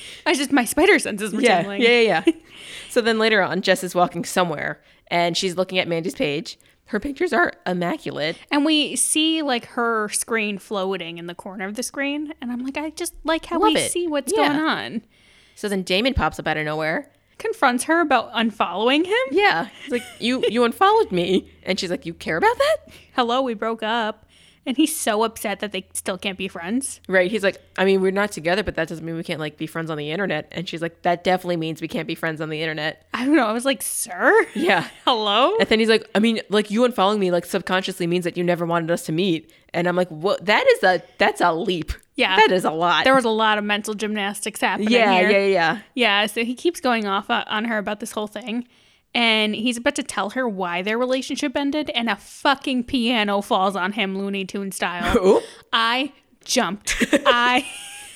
I just, my spider senses were yeah. tingling. Yeah, yeah, yeah. so then later on, Jess is walking somewhere and she's looking at Mandy's page. Her pictures are immaculate. And we see like her screen floating in the corner of the screen. And I'm like, I just like how Love we it. see what's Yeah. going on. So then Damon pops up out of nowhere. Confronts her about unfollowing him. Yeah. He's like, You you unfollowed me. And she's like, You care about that? Hello, we broke up. And he's so upset that they still can't be friends. Right. He's like, I mean, we're not together, but that doesn't mean we can't like be friends on the internet. And she's like, That definitely means we can't be friends on the internet. I don't know. I was like, sir? Yeah. Hello? And then he's like, I mean, like you unfollowing me like subconsciously means that you never wanted us to meet. And I'm like, What that is a that's a leap. Yeah. That is a lot. There was a lot of mental gymnastics happening yeah, here. yeah, yeah, yeah. Yeah, so he keeps going off uh, on her about this whole thing. And he's about to tell her why their relationship ended, and a fucking piano falls on him, Looney Tune style. Oh. I jumped. I,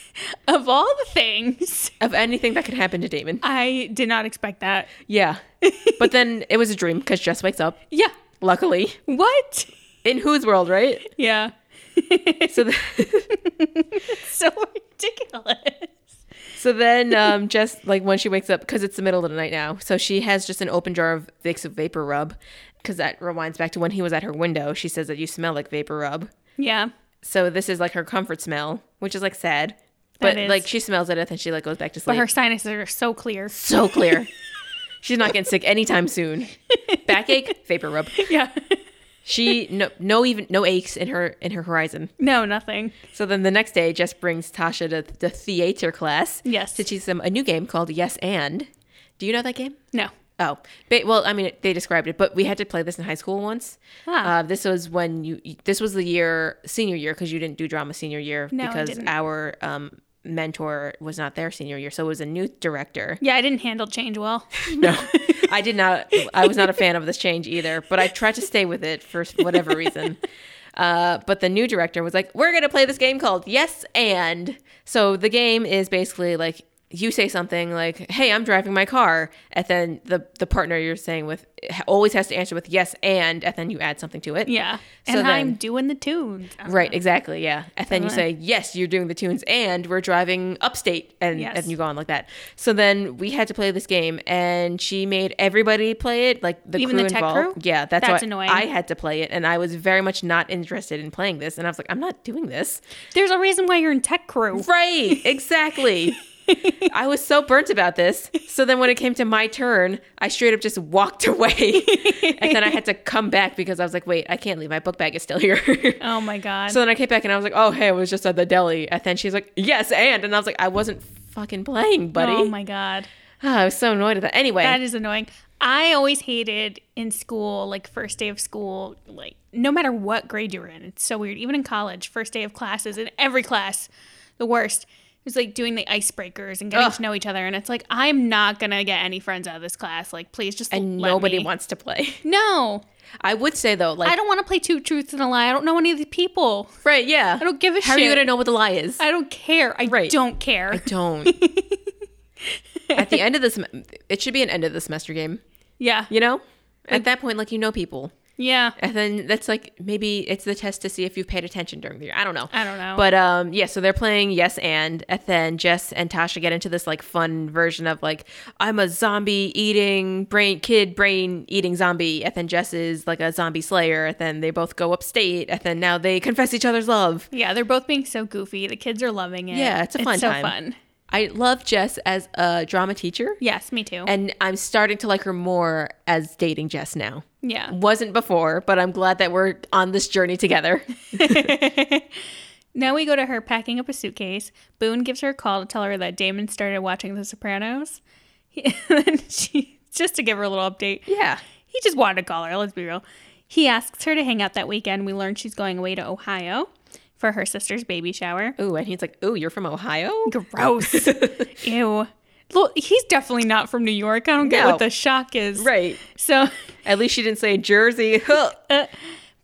of all the things, Of anything that could happen to Damon. I did not expect that. Yeah. but then it was a dream because Jess wakes up, Yeah. luckily. What? In whose world, right? Yeah. So the so ridiculous. So then, um, just like when she wakes up, because it's the middle of the night now, so she has just an open jar of Vicks vapor rub, because that rewinds back to when he was at her window. She says that you smell like vapor rub, Yeah. so this is like her comfort smell, which is like sad, but That is. like she smells it and then she like goes back to But sleep. her sinuses are so clear. so clear, she's not getting sick anytime soon. Backache, vapor rub. Yeah. She no no even no aches in her in her horizon. no, nothing. So then the next day, Jess brings Tasha to the theater class. Yes. to teach them a new game called Yes and. Do you know that game? No. Oh, ba- well, I mean, they described it, but we had to play this in high school once. Ah. Uh, this was when you, you- this was the year, senior year, because you didn't do drama senior year No, I because didn't. our um, mentor was not there senior year. So it was a new director. Yeah, I didn't handle change well. No, I did not, I was not a fan of this change either, but I tried to stay with it for whatever reason. Uh, but the new director was like, we're going to play this game called Yes and. So the game is basically like, you say something like, "Hey, I'm driving my car," and then the the partner you're saying with always has to answer with "Yes and," and then you add something to it. Yeah. So And I'm then- doing the tunes. I don't Right, exactly. Yeah. And then you Right. say, yes, you're doing the tunes and we're driving upstate. And, Yes. and you go on like that. So then we had to play this game and she made everybody play it. Like the Even crew the tech involved. crew? Yeah. That's, That's why annoying. I had to play it. And I was very much not interested in playing this. And I was like, I'm not doing this. There's a reason why you're in tech crew. Right. Exactly. I was so burnt about this. So then when it came to my turn, I straight up just walked away. and then I had to come back because I was like, wait, I can't leave. My book bag is still here. Oh my god. So then I came back and I was like, "Oh, hey, I was just at the deli." And then she's like, "Yes, and," and I was like, "I wasn't fucking playing, buddy." Oh my god. Ah, I was so annoyed at that. Anyway, That is annoying. I always hated in school, like first day of school, like no matter what grade you were in, it's so weird. Even in college, first day of classes, in every class, the worst. It was like doing the icebreakers and getting Ugh. to know each other. And it's like, I'm not going to get any friends out of this class. Like, please just and let nobody me. wants to play. No, I would say though, like, I don't want to play two truths and a lie. I don't know any of the people. right? Yeah, I don't give a How shit. are you gonna know what the lie is? I don't care. I Right. don't care. don't. at the end of this, sem- it should be an end of the semester game. yeah. You know, at that point, like you know people, Yeah. and then that's like maybe it's the test to see if you've paid attention during the year. I don't know. I don't know. But um, yeah, so they're playing Yes and, and then Jess and Tasha get into this like fun version of like I'm a zombie eating brain kid brain eating zombie, and then Jess is like a zombie slayer, and then they both go upstate, and then now they confess each other's love. yeah, they're both being so goofy. The kids are loving it. Yeah, it's a fun so time. fun. I love Jess as a drama teacher, Yes, me too. and I'm starting to like her more as dating Jess now. yeah. Wasn't before, but I'm glad that we're on this journey together. Now we go to her packing up a suitcase. Boone gives her a call to tell her that Damon started watching The Sopranos. He, and then she, just to give her a little update, Yeah. he just wanted to call her, let's be real. He asks her to hang out that weekend. We learn she's going away to Ohio for her sister's baby shower. Ooh, and he's like, "Ooh, you're from Ohio." Gross. Ew. Look, he's definitely not from New York. I don't get No. what the shock is. Right. So At least she didn't say Jersey. Uh,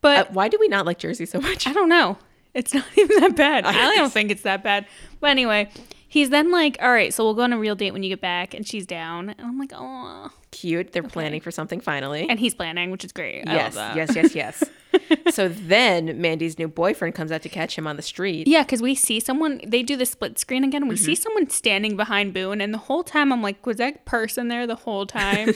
But why do we not like Jersey so much? I don't know. It's not even that bad. I don't think it's that bad. But anyway, he's then like, all right, so we'll go on a real date when you get back. And she's down. And I'm like, oh. Cute. They're planning for something finally. And he's planning, which is great. I love yes, that. yes, yes, yes. so then Mandy's new boyfriend comes out to catch him on the street. Yeah, because we see someone, they do the split screen again. We Mm-hmm. see someone standing behind Boone, and the whole time I'm like, was that person there the whole time?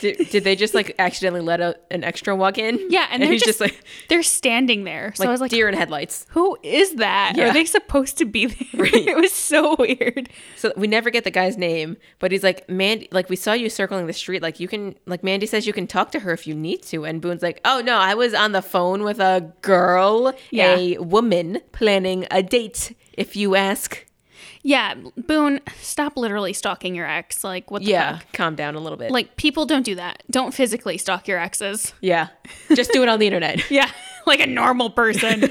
Did, did they just like accidentally let a, an extra walk in? yeah, and, and they're he's just, like, they're standing there. So like I was like, deer in headlights. who is that? Yeah. Are they supposed to be there? it was so weird. So we never get the guy's name, but he's like, Mandy, like we saw you circling the street. Like you can, like Mandy says, you can talk to her if you need to. And Boone's like, oh no, I was on the phone with a girl, a Yeah. woman planning a date. If you ask, Yeah, Boone, stop literally stalking your ex. Like, what the yeah, fuck? calm down a little bit. Like, people don't do that. Don't physically stalk your exes. yeah, just do it on the internet. Yeah, like a normal person.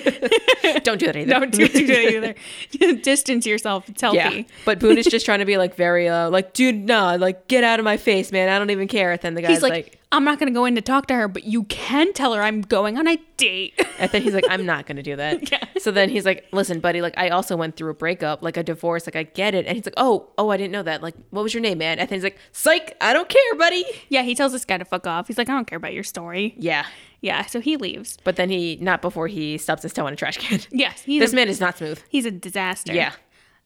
Don't do that either. don't do, do that either. Distance yourself. It's healthy. Yeah, but Boone is just trying to be like very uh, like, dude, nah, like get out of my face, man. I don't even care. Then the guy's He's like, like, I'm not going to go in to talk to her, but you can tell her I'm going on a date. and then he's like, I'm not gonna do that. Yeah. So then he's like, listen, buddy, like I also went through a breakup, like a divorce, like I get it. And he's like, oh, oh, I didn't know that. Like, what was your name, man? And then he's like, psych, I don't care, buddy. yeah, he tells this guy to fuck off. He's like, I don't care about your story. Yeah, Yeah, so he leaves. but then he not before he stops his toe in a trash can. Yes, he's This a, man is not smooth. he's a disaster. Yeah,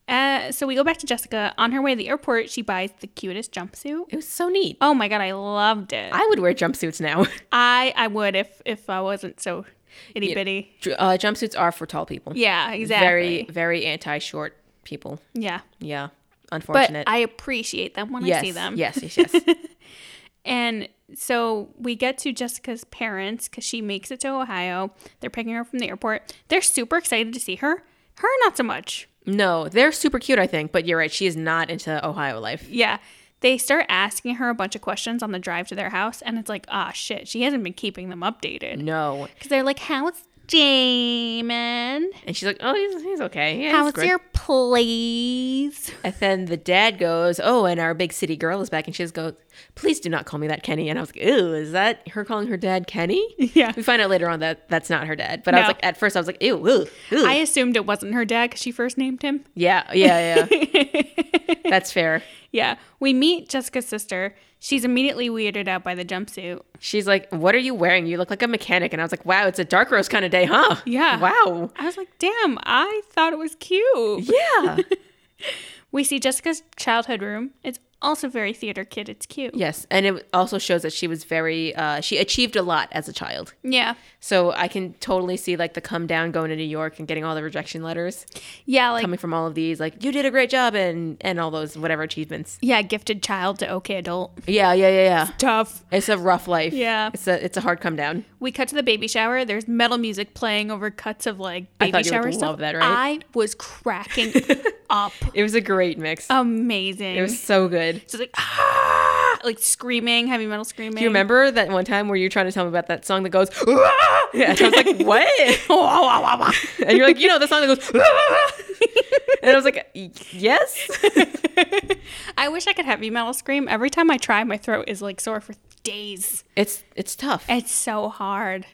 Uh, so we go back to Jessica. On her way to the airport, she buys the cutest jumpsuit. it was so neat. Oh my god, I loved it. I would wear jumpsuits now. I I would if if I wasn't so itty bitty. Ju- uh, jumpsuits are for tall people. Yeah, exactly. Very, very anti-short people. yeah, Yeah, but unfortunate. I appreciate them when I see them. Yes, yes, yes. And so we get to Jessica's parents because she makes it to Ohio. They're picking her up from the airport. They're super excited to see her. Her, not so much. no, they're super cute, I think, but you're right. She is not into Ohio life. Yeah. They start asking her a bunch of questions on the drive to their house. And it's like, ah, shit, she hasn't been keeping them updated. No. Because Mm. they're like, how's Damon? And she's like, oh, he's, he's okay. Yeah, How's he's good." your please? And then the dad goes, oh, and our big city girl is back. And she just goes, please do not call me that, Kenny. And I was like, ew, is that her calling her dad Kenny? Yeah. We find out later on that that's not her dad. But I was No. like, at first, I was like, ew, ew, ew. I assumed it wasn't her dad because she first named him. yeah, yeah, yeah. that's fair. Yeah. We meet Jessica's sister. She's immediately weirded out by the jumpsuit. She's like, what are you wearing? You look like a mechanic. And I was like, wow, it's a dark roast kind of day, huh? Yeah. Wow. I was like, damn, I thought it was cute. Yeah. We see Jessica's childhood room. It's also very theater kid. It's cute. Yes, and it also shows that she was very uh, she achieved a lot as a child. Yeah. So I can totally see like the come down going to New York and getting all the rejection letters Yeah, like coming from all of these like you did a great job and and all those whatever achievements. yeah, gifted child to okay adult. Yeah, yeah, yeah, yeah. Tough. It's a rough life. Yeah. it's a it's a hard come down. We cut to the baby shower. There's metal music playing over cuts of like baby I thought you would shower stuff. love that, right? I was cracking up. It was a great Uh, mix. Amazing. It was so good. It's just like ah, like screaming, heavy metal screaming. Do you remember that one time where you were trying to tell me about that song that goes? "Ah!" Yeah, and I was like, Oh, what? and you're like, you know, the song that goes. "Ah!" and I was like, yes. I wish I could heavy metal scream. Every time I try, my throat is like sore for days. It's it's tough. It's so hard,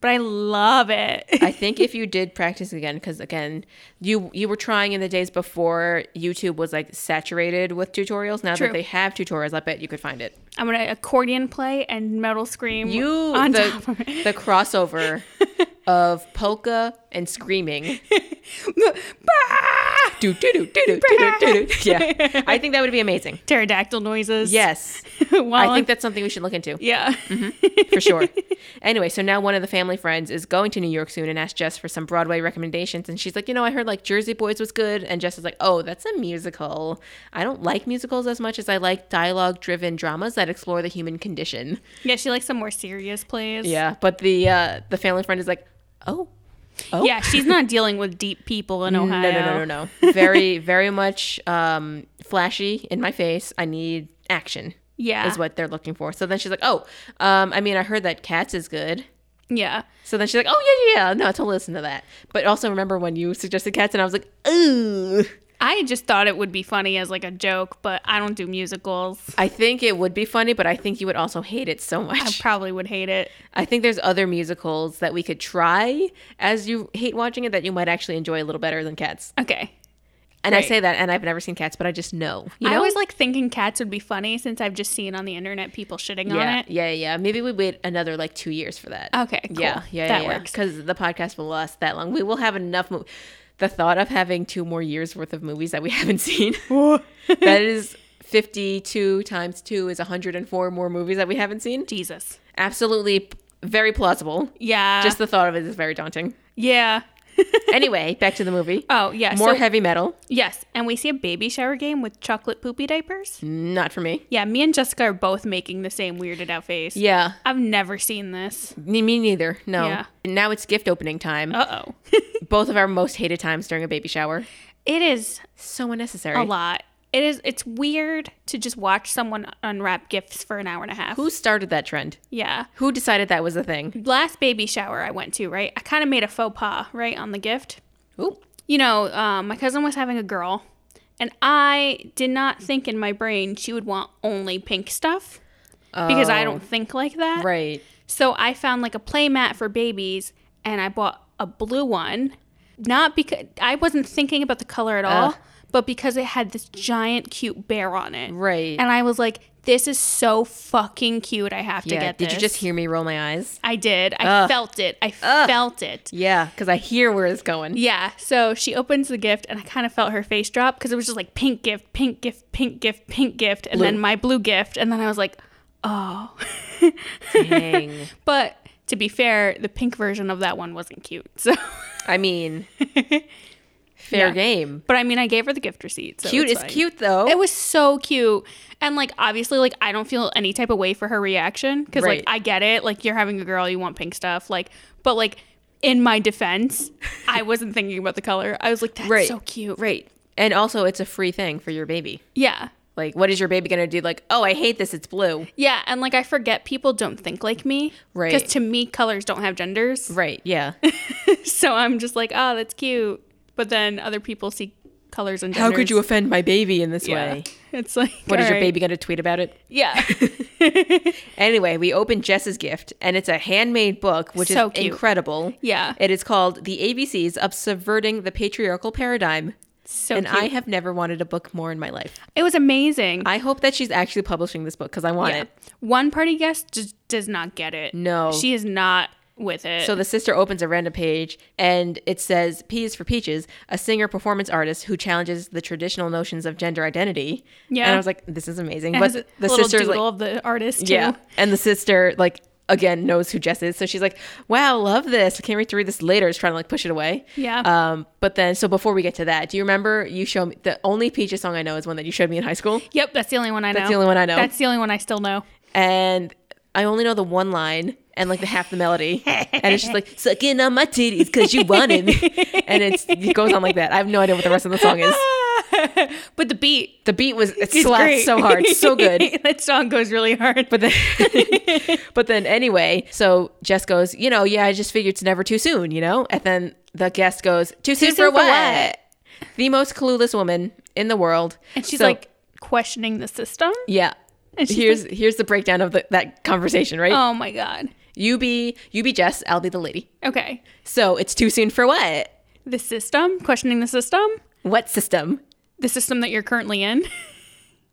but I love it. I think if you did practice again, because again, you you were trying in the days before YouTube was like saturated with tutorials. Now that True. they have tutorials, I bet you could find it. I'm gonna accordion play and metal scream. You on the top of it. the crossover of polka and screaming. Do do do do do do do do. Yeah, I think that would be amazing. pterodactyl noises. Yes, While I I'm- think Mm-hmm. that's something we should look into. Yeah. for sure. Anyway, so now one of the family friends is going to New York soon and asked Jess for some Broadway recommendations. And she's like, you know, I heard like Jersey Boys was good. And Jess is like, oh, that's a musical. I don't like musicals as much as I like dialogue driven dramas that explore the human condition. Yeah, she likes some more serious plays. Yeah. But the uh, the family friend is like, oh, oh. Yeah, she's not dealing with deep people in No, Ohio. no, no, no, no. Very, very much um, flashy in my face. I need action. Yeah. Is what they're looking for. So then she's like, oh, um, I mean, I heard that Cats is good. Yeah. So then she's like, "Oh yeah, yeah, yeah. no, I totally listen to that." But also remember when you suggested cats, and I was like, "Ooh, I just thought it would be funny as like a joke, but I don't do musicals. I think it would be funny, but I think you would also hate it so I much. probably would hate it. I think there's other musicals that we could try as you hate watching it that you might actually enjoy a little better than Cats. Okay. And I Right. say that, and I've never seen Cats, but I just know. You I know? always like thinking cats would be funny since I've just seen on the internet people shitting yeah, on it. yeah, yeah. Maybe we wait another like two years for that. Okay, cool. Yeah, yeah, That yeah, yeah. works. Because the podcast will last that long. We will have enough. Mo- the thought of having two more years worth of movies that we haven't seen. that is. 52 times 2 is 104 more movies that we haven't seen. Jesus. Absolutely p- very plausible. Yeah. Just the thought of it is very daunting. yeah. Anyway, back to the movie. Oh yeah. More so- heavy metal. Yes, and we see a baby shower game with chocolate poopy diapers. Not for me. Yeah, me and Jessica are both making the same weirded out face. Yeah. Mm. I've never seen this. N- Me neither. No. Yeah. Now it's gift opening time. Uh oh. Both of our most hated times during a baby shower. it is So unnecessary. a lot. It is. It's weird to just watch someone unwrap gifts for an hour and a half. Who started that trend? yeah. Who decided that was the thing? Last baby shower I went to, right? I kind of made a faux pas, right, on the gift. Ooh. You know, um, my cousin was having a girl, and I did not think in my brain she would want only pink stuff because I don't think like that. Oh. Right. So I found like a play mat for babies and I bought a blue one. Not because I wasn't thinking about the color at all, Ugh. but because it had this giant cute bear on it. Right. And I was like, this is so fucking cute. I have to yeah. get Did you this. just hear me roll my eyes? I did. I Ugh. felt it. I Ugh. felt it. Yeah, because I hear where it's going. Yeah. So she opens the gift and I kind of felt her face drop because it was just like pink gift, pink gift, pink gift, pink gift, and Blue. then my blue gift. And then I was like, oh. Dang. But to be fair, the pink version of that one wasn't cute. So, I mean, fair Yeah. game. but I mean, I gave her the gift receipt. So Cute it's is fine. cute though. It was so cute, and like obviously, like I don't feel any type of way for her reaction because Right. like I get it. Like you're having a girl, you want pink stuff. Like, but like in my defense, I wasn't thinking about the color. I was like, that's Right. so cute. right. And also, it's a free thing for your baby. Yeah. Like, what is your baby gonna do? Like, oh, I hate this. It's blue. Yeah, and like I forget people don't think like me. Right. Because to me, colors don't have genders. Right. Yeah. So I'm just like, oh, that's cute. But then other people see colors and How genders. could you offend my baby in this Yeah. way? It's like What is your alright. baby gonna tweet about it? Yeah. Anyway, we open Jess's gift, and it's a handmade book, which So is cute. incredible. Yeah. It is called The ABCs of Subverting the Patriarchal Paradigm. So and cute. I have never wanted a book more in my life. it was amazing. I hope that she's actually publishing this book because I want yeah. it. One party guest just does not get it. No. She is not with it. So the sister opens a random page and it says P is for Peaches, a singer performance artist who challenges the traditional notions of gender identity. Yeah. And I was like, this is amazing. It but has a the little sister's like, doodle of the artist too. Yeah. And the sister, like, again, knows who Jess is. So she's like, wow, love this. I can't wait to read this later. Is trying to, like, push it away. Yeah. Um, but then, so before we get to that, do you remember you show me the only Peaches song I know is one that you showed me in high school? Yep, that's the only one I know. That's the only one I know. That's the only one I still know. And I only know the one line and, like, the half the melody. and it's just like, sucking on my titties because you wanted me. and it's, it goes on like that. I have no idea what the rest of the song is. but the beat The beat was, it is slapped great. so hard, so good. that song goes really hard. But then, but then anyway, so Jess goes, you know, yeah, I just figured it's never too soon, you know? And then the guest goes, too, soon, for, what? The most clueless woman in the world. and she's So, like questioning the system. yeah. And she's Here's here's the breakdown of the, that conversation, right? Oh my god. you be you be Jess, I'll be the lady. Okay. So it's too soon for what? The system, questioning the system, What system? the system that you're currently in.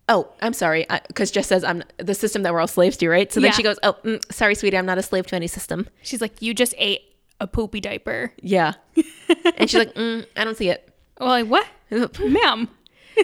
Oh, I'm sorry, because Jess says I'm the system that we're all slaves to, right? So then Yeah. she goes, oh, mm, sorry, sweetie, I'm not a slave to any system. She's like, you just ate a poopy diaper. Yeah, and she's like, mm, I don't see it. Well, like what, ma'am?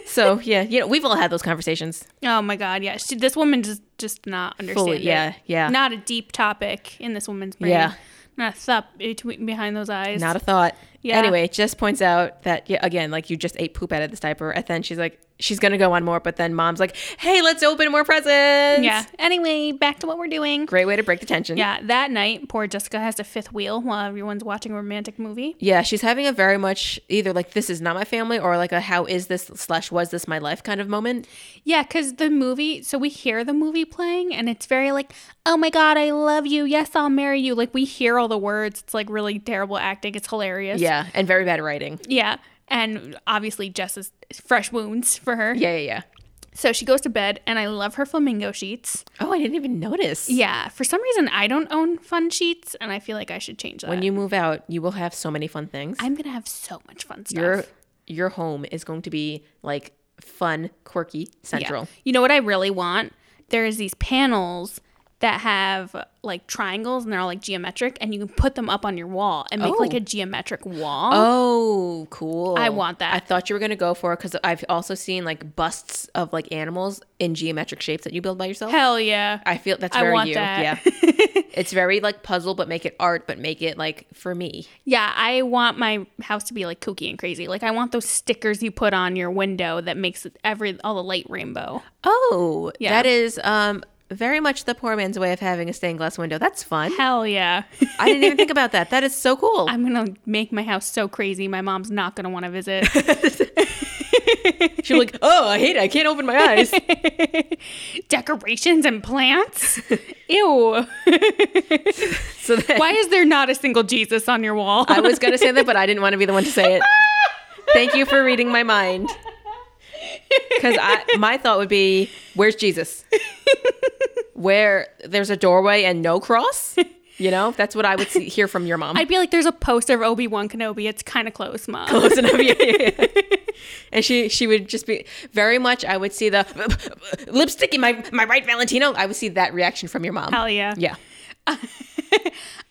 So yeah, you know, we've all had those conversations. Oh my god, yeah. She, this woman just just not understand. Fully, it. yeah, yeah. Not a deep topic in this woman's brain. Yeah. Not a thought between behind those eyes. Not a thought. Yeah. Anyway, Jess points out that yeah, again, like you just ate poop out of this diaper, and then she's like, she's gonna go on more, but then mom's like, hey, let's open more presents. yeah. Anyway, back to what we're doing. Great way to break the tension. Yeah, that night, poor Jessica has to fifth wheel while everyone's watching a romantic movie. Yeah, she's having a very much either like this is not my family or like a how is this slash was this my life kind of moment. Yeah, because the movie, so we hear the movie playing and it's very like, oh my God, I love you. Yes, I'll marry you. Like we hear all the words. It's like really terrible acting. It's hilarious. Yeah, and very bad writing. Yeah. and obviously Jess's fresh wounds for her. Yeah, yeah, yeah. So she goes to bed, and I love her flamingo sheets. Oh, I didn't even notice. Yeah, for some reason I don't own fun sheets, and I feel like I should change that. When you move out, you will have so many fun things. I'm gonna have so much fun stuff. your your home is going to be like fun, quirky, Yeah. central. You know what I really want? There's these panels that have like triangles and they're all like geometric and you can put them up on your wall and make Oh. like a geometric wall. Oh, cool. I want that. I thought you were going to go for it cuz I've also seen like busts of like animals in geometric shapes that you build by yourself. Hell yeah. I feel that's I very want you. that. Yeah. it's very like puzzle but make it art but make it like for me. yeah, I want my house to be like kooky and crazy. Like I want those stickers you put on your window that makes every all the light rainbow. Oh, Yeah. that is um very much the poor man's way of having a stained glass window. That's fun. Hell yeah. I didn't even think about that. That is so cool. I'm going to make my house so crazy my mom's not going to want to visit. She's like, "Oh, I hate it. I can't open my eyes." Decorations and plants? Ew. so then, Why is there not a single Jesus on your wall? I was going to say that, but I didn't want to be the one to say it. Thank you for reading my mind. Because my thought would be, where's Jesus? Where there's a doorway and no cross? You know, that's what I would see, hear from your mom. I'd be like, there's a poster of Obi Wan Kenobi. It's kind of close, mom. Close enough. Yeah, yeah, yeah. And she she would just be very much. I would see the lipstick in my my right Valentino. I would see that reaction from your mom. Hell yeah. Yeah.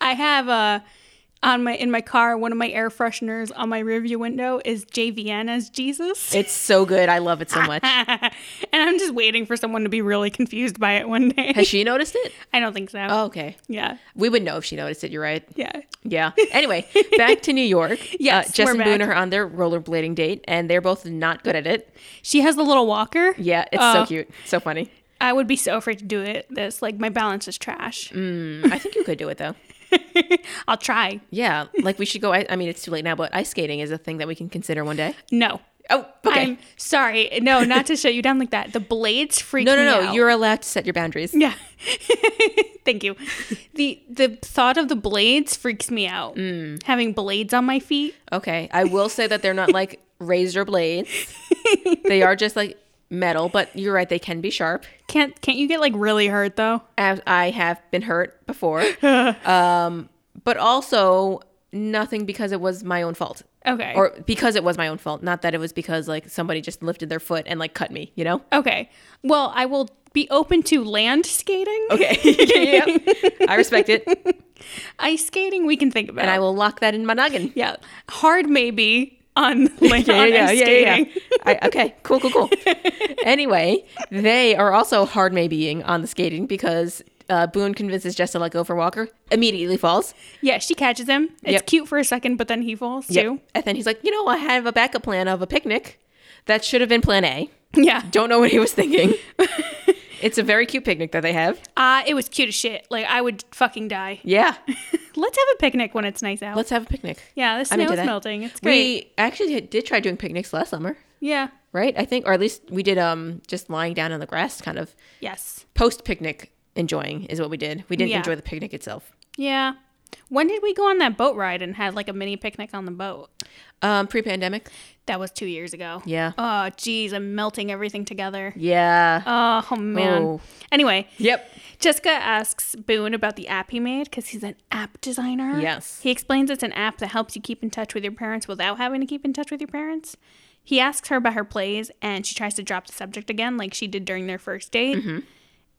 I have uh, on my in my car one of my air fresheners on my rearview window is JVN as Jesus, It's so good. I love it so much. and I'm just waiting for someone to be really confused by it one day. Has she noticed it? I don't think so. Oh, okay. Yeah, We would know if she noticed it. You're right. yeah. Yeah. Anyway, back to New York. Yes, Jess we're and back. Boone are on their rollerblading date, and they're both not good at it. She has the little walker. Yeah, it's Oh. so cute, so funny. I would be so afraid to do it. This like my balance is trash. Mm. I think you could do it though. I'll try. Yeah, like we should go. I, I mean, it's too late now, but ice skating is a thing that we can consider one day. No. Oh, okay. I'm sorry. No, not to shut you down like that. The blades freak no, me no, no. out. You're allowed to set your boundaries. Yeah. Thank you. The the thought of the blades freaks me out. Mm. Having blades on my feet. Okay. I will say that they're not like razor blades. they are just like metal, but you're right. They can be sharp. Can't can't you get like really hurt though? as I have been hurt before. um, but also nothing because it was my own fault. Okay. Or because it was my own fault, not that it was because like somebody just lifted their foot and like cut me, you know? okay. Well, I will be open to land skating. Okay. Yep. I respect it. Ice skating we can think about. And I will lock that in my noggin. Yeah. Hard maybe on land on ice skating. I, okay, cool, cool, cool. anyway, they are also hard maybeing on the skating because uh, Boone convinces Jess to let go for Walker, immediately falls. Yeah, she catches him. It's Yep. cute for a second, but then he falls Yep. too. And then he's like, you know, I have a backup plan of a picnic. That should have been plan A. Yeah. Don't know what he was thinking. it's a very cute picnic that they have. Uh, it was cute as shit. Like I would fucking die. Yeah. Let's have a picnic when it's nice out. Let's have a picnic. yeah, the I'm into snow's that. melting. It's great. We actually did try doing picnics last summer, yeah. right? I think, or at least we did um just lying down on the grass, kind of Yes. post picnic enjoying is what we did. We didn't Yeah. enjoy the picnic itself. Yeah. When did we go on that boat ride and had like a mini picnic on the boat? Um, pre pandemic. That was two years ago. Yeah. Oh, geez, I'm melting everything together. Yeah. Oh, man. Oh. Anyway, yep. Jessica asks Boone about the app he made because he's an app designer. Yes. He explains it's an app that helps you keep in touch with your parents without having to keep in touch with your parents. He asks her about her plays and she tries to drop the subject again, like she did during their first date. Mm-hmm.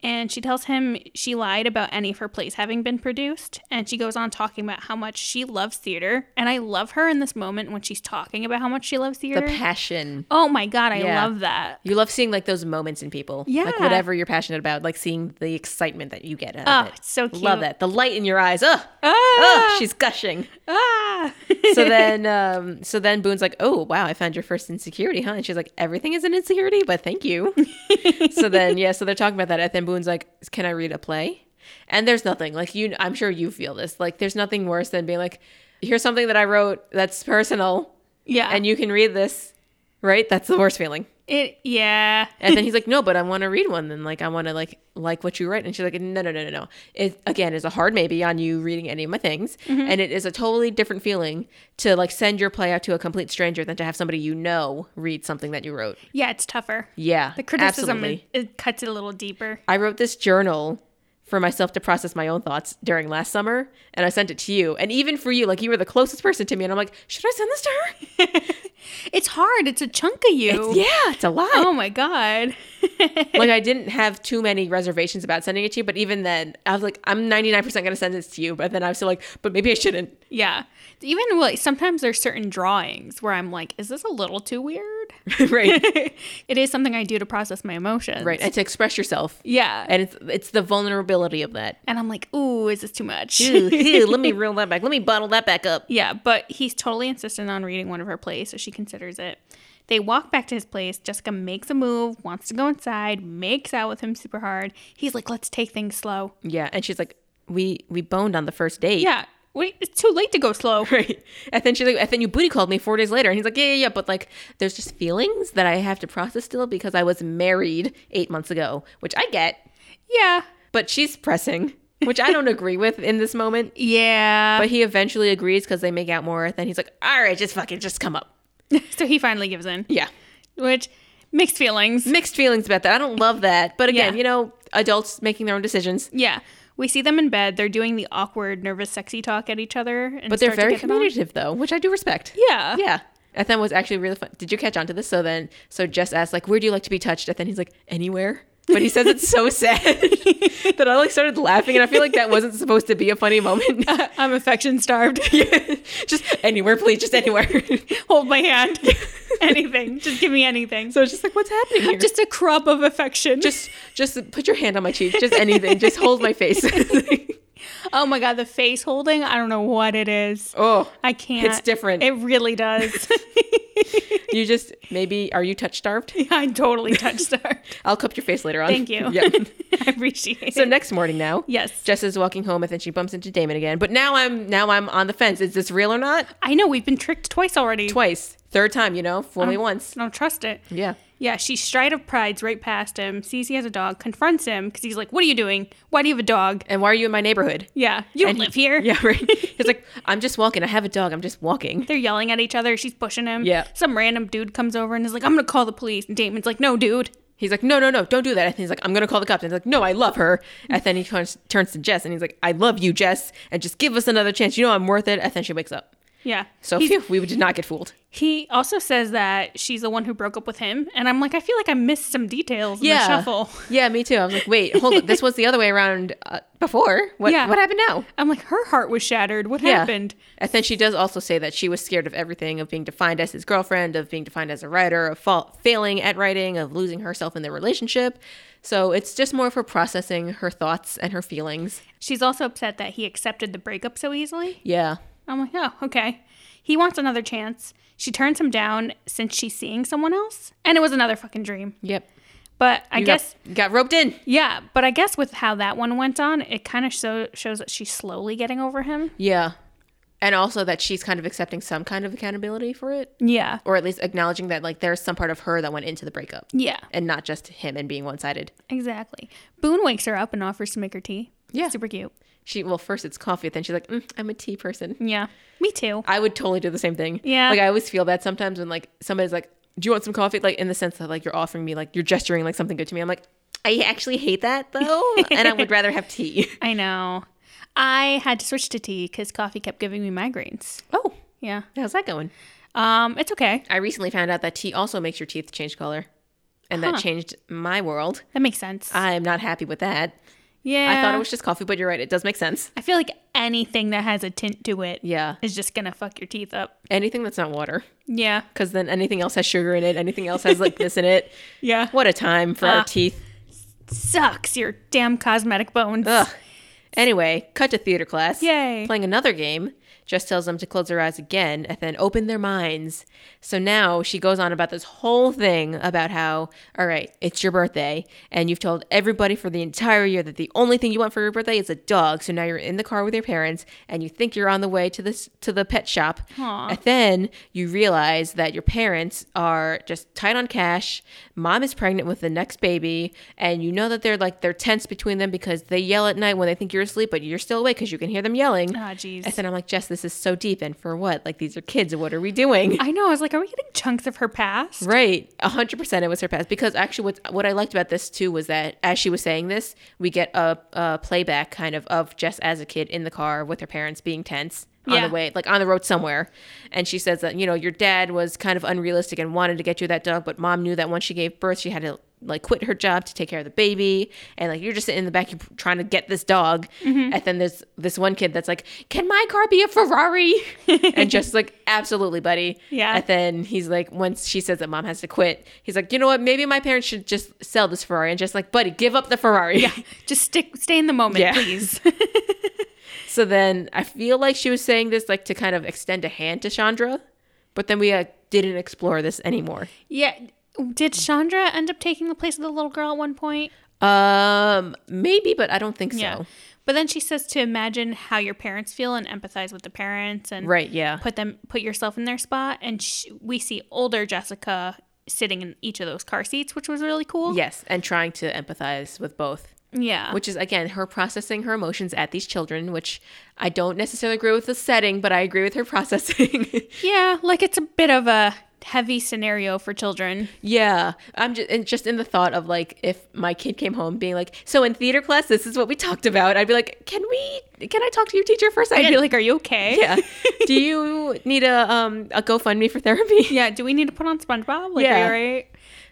And she tells him she lied about any of her plays having been produced. And she goes on talking about how much she loves theater. And I love her in this moment when she's talking about how much she loves The theater. passion. oh my God, I Yeah. love that. You love seeing like those moments in people. Like Yeah. whatever you're passionate about, like seeing the excitement that you get out Oh, of it. it's so cute. Love that. The light in your eyes. Ugh. Ah, Ugh. She's gushing. ah. So then um so then Boone's like, "Oh, wow, I found your first insecurity, huh?" And she's like, "Everything is an insecurity, but thank you." so then yeah, so they're talking about that and then Boone's like, "Can I read a play?" And there's nothing. Like you I'm sure you feel this. Like there's nothing worse than being like, "Here's something that I wrote that's personal yeah. and you can read this." Right? That's the worst feeling. It yeah. And then he's like, "No, but I want to read one. Then like, I want to like like what you write." And she's like, "No, no, no, no, no. It again is a hard maybe on you reading any of my things, Mm-hmm. and it is a totally different feeling to like send your play out to a complete stranger than to have somebody you know read something that you wrote." Yeah, it's tougher. Yeah, The criticism absolutely. it, it cuts it a little deeper. I wrote this journal for myself to process my own thoughts during last summer, and I sent it to you. And even for you, like you were the closest person to me, and I'm like, "Should I send this to her?" It's hard. It's a chunk of you. yeah, it's a lot. Oh my god. like I didn't have too many reservations about sending it to you, but even then, I was like, I'm 99% gonna send this to you, but then I was still like, but maybe I shouldn't. yeah. Even like sometimes there's certain drawings where I'm like, is this a little too weird? right, it is something I do to process my emotions. right, and to express yourself, Yeah. And, and it's it's the vulnerability of that. I'm like, ooh, is this too much? Ew, ew, let me reel that back. Let me bottle that back up. Yeah, but he's totally insistent on reading one of her plays, so she considers it. They walk back to his place. Jessica makes a move, wants to go inside, makes out with him super hard. He's like, let's take things slow. Yeah, and she's like, we we boned on the first date. Yeah, wait, it's too late to go slow. Right. And then she's like, and then you booty called me four days later. And he's like, yeah, yeah, yeah. But like, there's just feelings that I have to process still because I was married eight months ago, which I get. Yeah. But she's pressing, which I don't agree with in this moment. Yeah. But he eventually agrees because they make out more. Then he's like, all right, just fucking just come up. so he finally gives in, Yeah. which mixed feelings. Mixed feelings about that. I don't love that. But again, Yeah. you know, adults making their own decisions. Yeah. We see them in bed. They're doing the awkward, nervous, sexy talk at each other. And But they're start to very get it on. communicative, though, which I do respect. Yeah. Yeah. And then was actually really fun. Did you catch on to this? So then, so Jess asked, like, where do you like to be touched? And then he's like, anywhere. But he says it's so sad that I like started laughing. And I feel like that wasn't supposed to be a funny moment. I'm affection starved. just anywhere, please, just anywhere. Hold my hand. anything. Just give me anything. so it's just like, what's happening here? just a crop of affection. just just put your hand on my cheek just anything just hold my face oh my god, the face holding. I don't know what it is. oh I can't. It's different. It really does. you just maybe are you touch starved I'm totally touch starved. i'll cup your face later on Thank you. yeah I appreciate so it. next morning now Yes. jess is walking home and then she bumps into damon again but now i'm now i'm on the fence is this real or not I know we've been tricked twice already. twice third time you know only once I don't trust it. yeah Um, Yeah, she stride of prides right past him, sees he has a dog, confronts him because he's like, What are you doing? Why do you have a dog? and why are you in my neighborhood Yeah, you don't And he- live here. yeah right he's like i'm just walking i have a dog i'm just walking They're yelling at each other. She's pushing him. Yeah. Some random dude comes over and is like, I'm going to call the police. And Damon's like, No, dude. He's like, no, no, no, don't do that. And he's like, I'm gonna call the cops. And he's like, no, I love her. And then he turns, turns to Jess and he's like, I love you, Jess, and just give us another chance. You know I'm worth it. And then she wakes up. Yeah. So He's- phew, we did not get fooled. He also says that she's the one who broke up with him, and I'm like, I feel like I missed some details in the shuffle. Yeah, me too. I was like, wait, hold on. This was the other way around uh, before. What, Yeah. what happened now? I'm like, her heart was shattered. What Yeah. happened? And then she does also say that she was scared of everything, of being defined as his girlfriend, of being defined as a writer, of fa- failing at writing, of losing herself in their relationship. So it's just more of her processing her thoughts and her feelings. She's also upset that he accepted the breakup so easily. Yeah. I'm like, oh, okay. He wants another chance. She turns him down since she's seeing someone else, and it was another fucking dream. Yep. But I You got- guess, got roped in. yeah, but I guess with how that one went on, it kind of so- shows that she's slowly getting over him. Yeah. And also that she's kind of accepting some kind of accountability for it, Yeah. or at least acknowledging that like there's some part of her that went into the breakup Yeah. and not just him and being one sided. Exactly. Boone wakes her up and offers to make her tea. Yeah. Super cute. She, well, first it's coffee, then she's like, mm, I'm a tea person. Yeah. Me too. I would totally do the same thing. Yeah. Like I always feel that sometimes when like somebody's like, Do you want some coffee? Like in the sense that like you're offering me, like you're gesturing like something good to me. I'm like, I actually hate that though. and I would rather have tea. I know. I had to switch to tea because coffee kept giving me migraines. Oh, Yeah. how's that going? Um, it's okay. I recently found out that tea also makes your teeth change color. And that changed my world. That makes sense. I'm not happy with that. yeah. I thought it was just coffee, but you're right. It does make sense. I feel like anything that has a tint to it is Yeah. just gonna fuck your teeth up. Anything that's not water, Yeah. because then anything else has sugar in it. Anything else has like this in it. Yeah. What a time for Ah. our teeth. Sucks your damn cosmetic bones. Ugh. Anyway, cut to theater class. Yay. Playing another game. Jess tells them to close their eyes again and then open their minds. So now she goes on about this whole thing about how, all right, it's your birthday, and you've told everybody for the entire year that the only thing you want for your birthday is a dog. So now you're in the car with your parents, and you think you're on the way to this to the pet shop, Aw. and then you realize that your parents are just tight on cash. Mom is pregnant with the next baby, and you know that they're like they're tense between them because they yell at night when they think you're asleep, but you're still awake because you can hear them yelling. Ah, jeez. And then I'm like, Jess, this is so deep, and for what? Like these are kids. What are we doing? I know. I was like, are we getting chunks of her past? Right, hundred percent. It was her past because actually, what what I liked about this too was that as she was saying this, we get a, a playback kind of of Jess as a kid in the car with her parents being tense on Yeah. the way, like on the road somewhere, and she says that you know your dad was kind of unrealistic and wanted to get you that dog, but mom knew that once she gave birth, she had to like quit her job to take care of the baby and like you're just sitting in the back you're trying to get this dog Mm-hmm. and then there's this one kid that's like can my car be a ferrari and just like absolutely buddy Yeah. and then he's like, once she says that mom has to quit, he's like, you know what? Maybe my parents should just sell this Ferrari and just like, buddy, give up the Ferrari. Just stick, stay in the moment, Yeah. please. so then I feel like she was saying this like to kind of extend a hand to Chandra, but then we uh, didn't explore this anymore. yeah. Did Chandra end up taking the place of the little girl at one point? Um, maybe, but I don't think so. But then she says to imagine how your parents feel and empathize with the parents and Right? Yeah. put them put yourself in their spot and sh- we see older Jessica sitting in each of those car seats, which was really cool. Yes, and trying to empathize with both. Yeah. which is again her processing her emotions at these children, which I don't necessarily agree with the setting, but I agree with her processing. yeah, like it's a bit of a heavy scenario for children. Yeah, I'm just and just in the thought of like if my kid came home being like, so in theater class, this is what we talked about. I'd be like, can we? Can I talk to your teacher for a I'd second? be like, "Are you okay?" yeah. Do you need a um a GoFundMe for therapy? Yeah, do we need to put on SpongeBob? Like, Yeah. are you all right?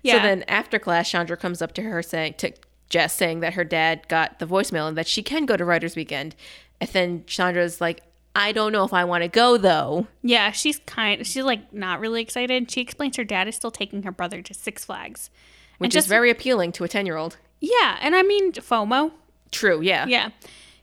So then after class, Chandra comes up to her saying to Jess saying that her dad got the voicemail and that she can go to Writers Weekend, and then Chandra's like, I don't know if I want to go though. Yeah, she's kind. She's like not really excited. She explains her dad is still taking her brother to Six Flags, Which and is very appealing to a ten year old. yeah. And I mean FOMO. True. Yeah. Yeah,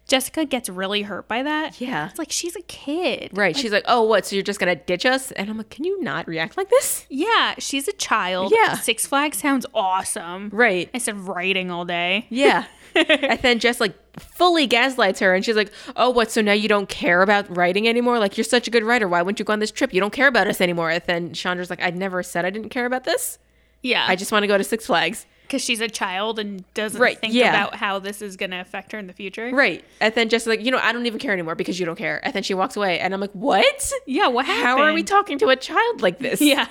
Jessica gets really hurt by that. Yeah. it's like she's a kid. Right. She's like, oh, what? So you're just gonna ditch us? And I'm like, can you not react like this? Yeah, she's a child. Yeah. Six Flags sounds awesome. Right. Instead of writing all day. Yeah. and then just like fully gaslights her and she's like, "Oh, what? So now you don't care about writing anymore? Like you're such a good writer. Why wouldn't you go on this trip? You don't care about us anymore." And then Chandra's like, "I never said I didn't care about this. I Yeah, just want to go to Six Flags." because she's a child and doesn't Right, think yeah. about how this is going to affect her in the future. Right. And then just like, "You know, I don't even care anymore because you don't care." And then she walks away and I'm like, "What? Yeah, what happened? How are we talking to a child like this?" Yeah,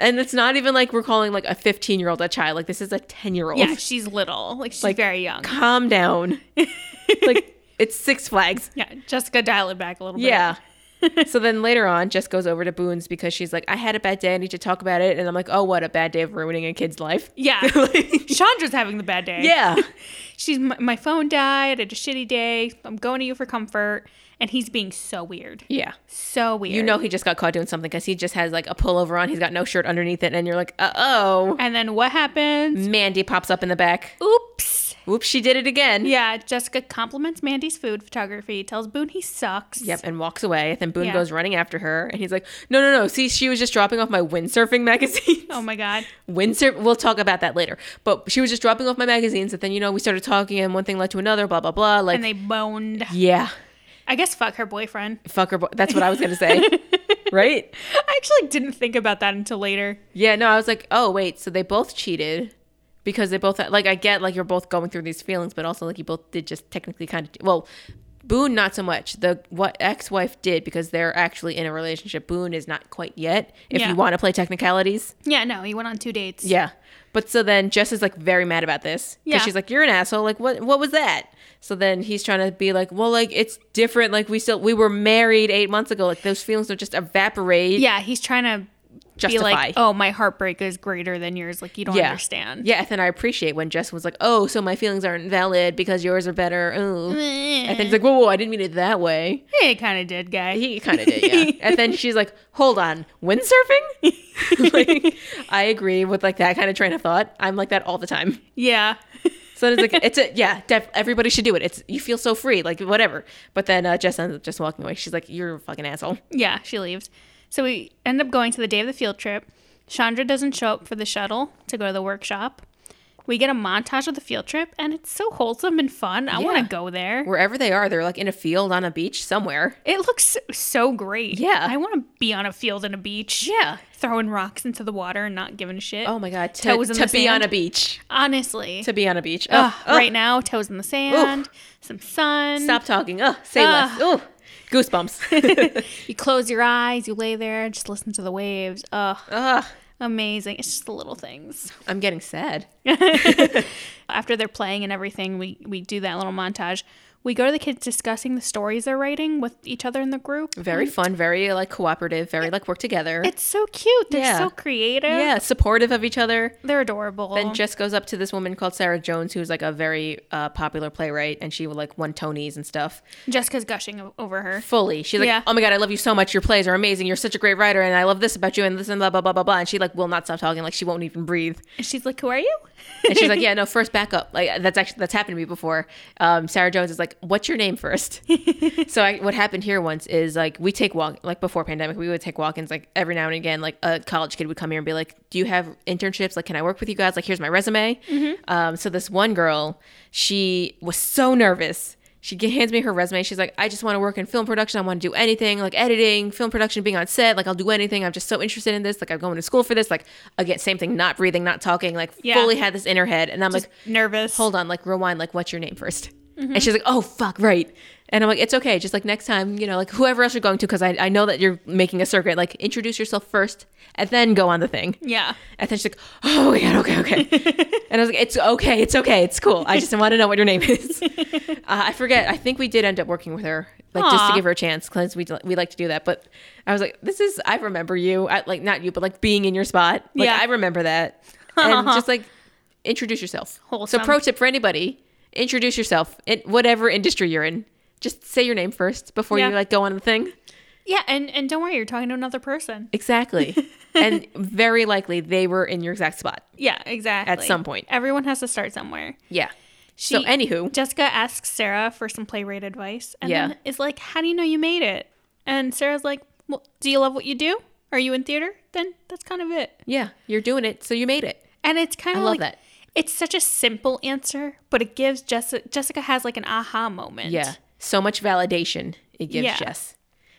And it's not even like we're calling like a 15-year-old a child. Like this is a 10-year-old. yeah. She's little. Like she's very young. Calm down. like it's Six Flags. Yeah, Jessica, dial it back a little bit. Yeah. so then later on, Jess goes over to Boone's because she's like, I had a bad day. I need to talk about it. And I'm like, oh, what a bad day of ruining a kid's life. Yeah. Like- Chandra's having the bad day. yeah. She's my, my phone died. I had a shitty day. I'm going to you for comfort. And he's being so weird. Yeah. So weird. You know, he just got caught doing something because he just has like a pullover on. He's got no shirt underneath it. And you're like, uh oh. And then what happens? Mandy pops up in the back. Oops. Whoops, she did it again. Yeah, Jessica compliments Mandy's food photography, tells Boone he sucks. Yep, and walks away. And then Boone Yeah. goes running after her. And he's like, no, no, no. See, she was just dropping off my windsurfing magazine. Oh my god. windsurf we'll talk about that later but she was just dropping off my magazines and then you know we started talking and one thing led to another blah blah blah like And they boned. yeah I guess fuck her boyfriend. fuck her boy that's what i was gonna say right I actually didn't think about that until later. yeah no i was like oh wait so they both cheated because they both like i get like you're both going through these feelings but also like you both did just technically kind of well boone not so much the what ex-wife did because they're actually in a relationship boone is not quite yet if Yeah. you want to play technicalities Yeah, no, he went on two dates. Yeah. But so then Jess is like very mad about this. Yeah. Yeah. She's like, You're an asshole. Like what what was that? So then he's trying to be like, Well, like it's different. Like we still we were married eight months ago. Like those feelings don't just evaporate. Yeah, he's trying to Justify. be like, "Oh, my heartbreak is greater than yours. Like you don't yeah. understand." Yeah, and then I appreciate when Jess was like, Oh, so my feelings aren't valid because yours are better. Ooh. And then he's like, Whoa, whoa, I didn't mean it that way. Hey, kind of did, guy. He kinda did, yeah. and then she's like, Hold on, windsurfing? like I agree with like that kind of train of thought. I'm like that all the time. yeah. So it's like it's a yeah, def- everybody should do it. It's you feel so free, like whatever. But then uh, Jess ends up just walking away. She's like, "You're a fucking asshole." Yeah, she leaves. So we end up going to the day of the field trip. Chandra doesn't show up for the shuttle to go to the workshop. We get a montage of the field trip, and it's so wholesome and fun. I want Yeah. to go there. Wherever they are, they're like in a field on a beach somewhere. It looks so, so great. Yeah. I want to be on a field and a beach. Yeah. Throwing rocks into the water and not giving a shit. Oh my god, to, Toes in to the be on sand. a beach. Honestly. To be on a beach. Ugh, Ugh, ugh. Right now, toes in the sand, some sun. Stop talking. Ugh, say Ah. less. Ooh, goosebumps. You close your eyes, you lay there, just listen to the waves. Ugh, Ugh, amazing. It's just the little things. I'm getting sad. After they're playing and everything, we, we do that little montage. We go to the kids discussing the stories they're writing with each other in the group. Very fun. Very like cooperative. Very like work together. It's so cute. They're Yeah. so creative. yeah, supportive of each other. They're adorable. Then Jess goes up to this woman called Sarah Jones, who's like a very uh, popular playwright, and she like won Tonys and stuff. Jessica's gushing o- over her. Fully, she's like, Yeah. "Oh my god, I love you so much. Your plays are amazing. You're such a great writer, and I love this about you, and this and blah blah blah blah blah." And she like will not stop talking, like she won't even breathe. And she's like, Who are you? And she's like, "Yeah, no, first back up. Like that's actually that's happened to me before." Um, Sarah Jones is like, "What's your name first? so I, what happened here once is like we take walk like before pandemic, we would take walk-ins like every now and again. Like a college kid would come here and be like, "Do you have internships? Like, can I work with you guys? Like, here's my resume." Um, so this one girl, she was so nervous. She g- hands me her resume. She's like, I just want to work in film production. I want to do anything like editing, film production, being on set. Like, I'll do anything. I'm just so interested in this. Like, I'm going to school for this. Like, again, same thing, not breathing, not talking. Like, Yeah. fully had this in her head. And I'm like, Nervous. hold on, like, rewind. Like, what's your name 1st And she's like, oh, fuck, right. And I'm like, it's okay. Just like next time, you know, like whoever else you're going to, because I, I know that you're making a circuit, like, introduce yourself first and then go on the thing. Yeah. And then she's like, oh my God, okay, okay. and I was like, it's okay, it's okay, it's cool. I just want to know what your name is. Uh, I forget. I think we did end up working with her, like just to Aw. give her a chance, because we, we like to do that. But I was like, this is, I remember you. I, like, not you, but like being in your spot. Like, Yeah. I remember that. And just like, introduce yourself. Wholesome. So, pro tip for anybody introduce yourself in whatever industry you're in. Just say your name first before Yeah. you like go on the thing. Yeah, and, and don't worry, you're talking to another person. Exactly. and very likely they were in your exact spot. Yeah, exactly. some point. Everyone has to start somewhere. Yeah. She, so anywho, Jessica asks Sarah for some playwright advice and Yeah. then is like, How do you know you made it? And Sarah's like, well, Do you love what you do? Are you in theater? Then that's kind of it. yeah, you're doing it, so you made it. And it's kind I of love like, that. It's such a simple answer, but it gives Jessica, Jessica has like an aha moment. Yeah, so much validation it gives Yeah. Jess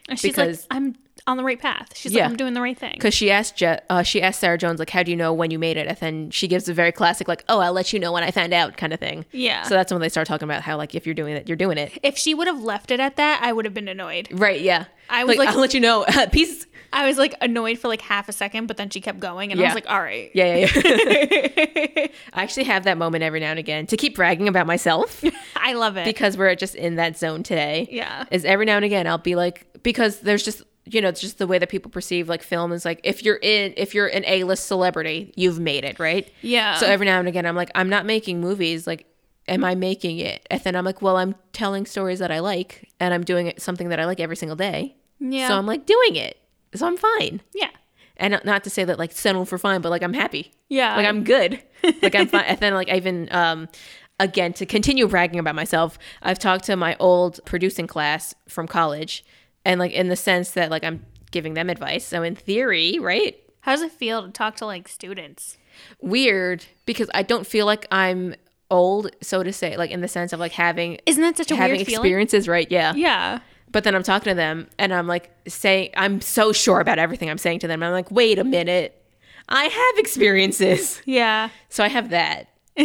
And she's because- like, I'm on the right path. She's Yeah. like, I'm doing the right thing. because she asked Je- uh, she asked Sarah Jones like, "How do you know when you made it?" And then she gives a very classic like, "Oh, I'll let you know when I find out" kind of thing. Yeah. So that's when they start talking about how like if you're doing it, you're doing it. If she would have left it at that, I would have been annoyed. Right. Yeah. I was like- I'll let you know. Peace. I was like annoyed for like half a second, but then she kept going, and I Yeah. was like, all right. Yeah, yeah, yeah. I actually have that moment every now and again to keep bragging about myself I love it. because we're just in that zone today. yeah. is every now and again I'll be like because there's just you know it's just the way that people perceive like film is like if you're in if you're an A-list celebrity you've made it right Yeah. so every now and again I'm like I'm not making movies like am I making it and then I'm like well I'm telling stories that I like and I'm doing it something that I like every single day yeah. so I'm like doing it so I'm fine yeah. and not- not to say that like settle for fine but like I'm happy Yeah. like I'm good. Like I'm fine. and then like I even um again to continue bragging about myself, I've talked to my old producing class from college and like in the sense that like I'm giving them advice. So in theory, right? How does it feel to talk to like students? Weird because I don't feel like I'm old, so to say, like in the sense of like having Isn't that such a having weird feeling? experiences, right? Yeah. Yeah. But then I'm talking to them and I'm like saying I'm so sure about everything I'm saying to them. I'm like, wait a minute. I have experiences. Yeah. So I have that. so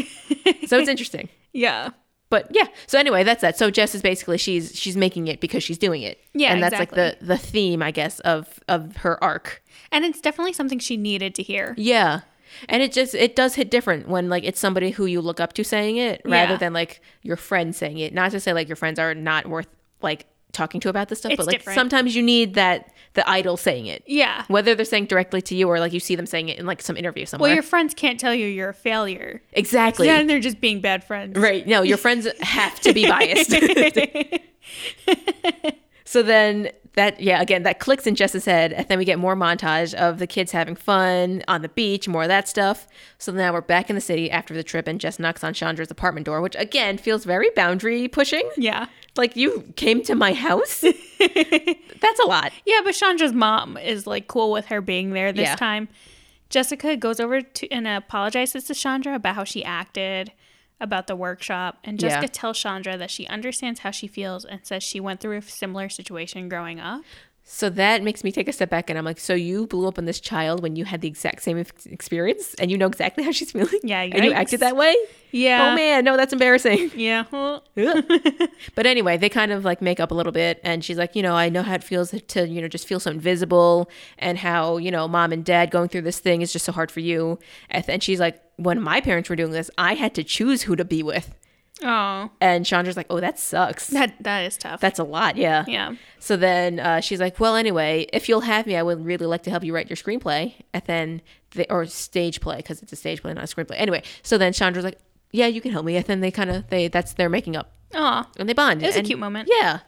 it's interesting. Yeah. but yeah so anyway that's that so jess is basically she's she's making it because she's doing it Yeah, and that's like the exactly. the theme i guess of of her arc And it's definitely something she needed to hear. yeah and it just it does hit different when like it's somebody who you look up to saying it rather Yeah. than like your friend saying it not to say like your friends are not worth like talking to about this stuff It's but like different. sometimes you need that the idol saying it Yeah. whether they're saying directly to you or like you see them saying it in like some interview somewhere Well, your friends can't tell you you're a failure. exactly Yeah, and they're just being bad friends. Right. No, your friends have to be biased. So then that yeah, again, that clicks in Jess's head, and then we get more montage of the kids having fun on the beach, more of that stuff. So now we're back in the city after the trip and Jess knocks on Chandra's apartment door, which again feels very boundary pushing. Yeah. Like you came to my house? That's a lot. Yeah, but Chandra's mom is like cool with her being there this Yeah. time. Jessica goes over to and apologizes to Chandra about how she acted, about the workshop, and Yeah. Jessica tells Chandra that she understands how she feels and says she went through a similar situation growing up. So that makes me take a step back and I'm like, so you blew up on this child when you had the exact same ex- experience and you know exactly how she's feeling? Yeah, And you yikes. acted that way? Yeah. Oh man, no, that's embarrassing. Yeah. Well, but anyway, they kind of like make up a little bit, and she's like, you know, I know how it feels to you know just feel so invisible, and how you know mom and dad going through this thing is just so hard for you. And then she's like, when my parents were doing this, I had to choose who to be with, oh, and Chandra's like, oh, that sucks. that that is tough. That's a lot, yeah. yeah. So then uh, she's like, well, anyway, if you'll have me, I would really like to help you write your screenplay, and then they, or stage play because it's a stage play, not a screenplay. Anyway, so then Chandra's like, yeah, you can help me, and then they kind of they that's their making up. Oh, And they bond. It was a And- cute moment. Yeah.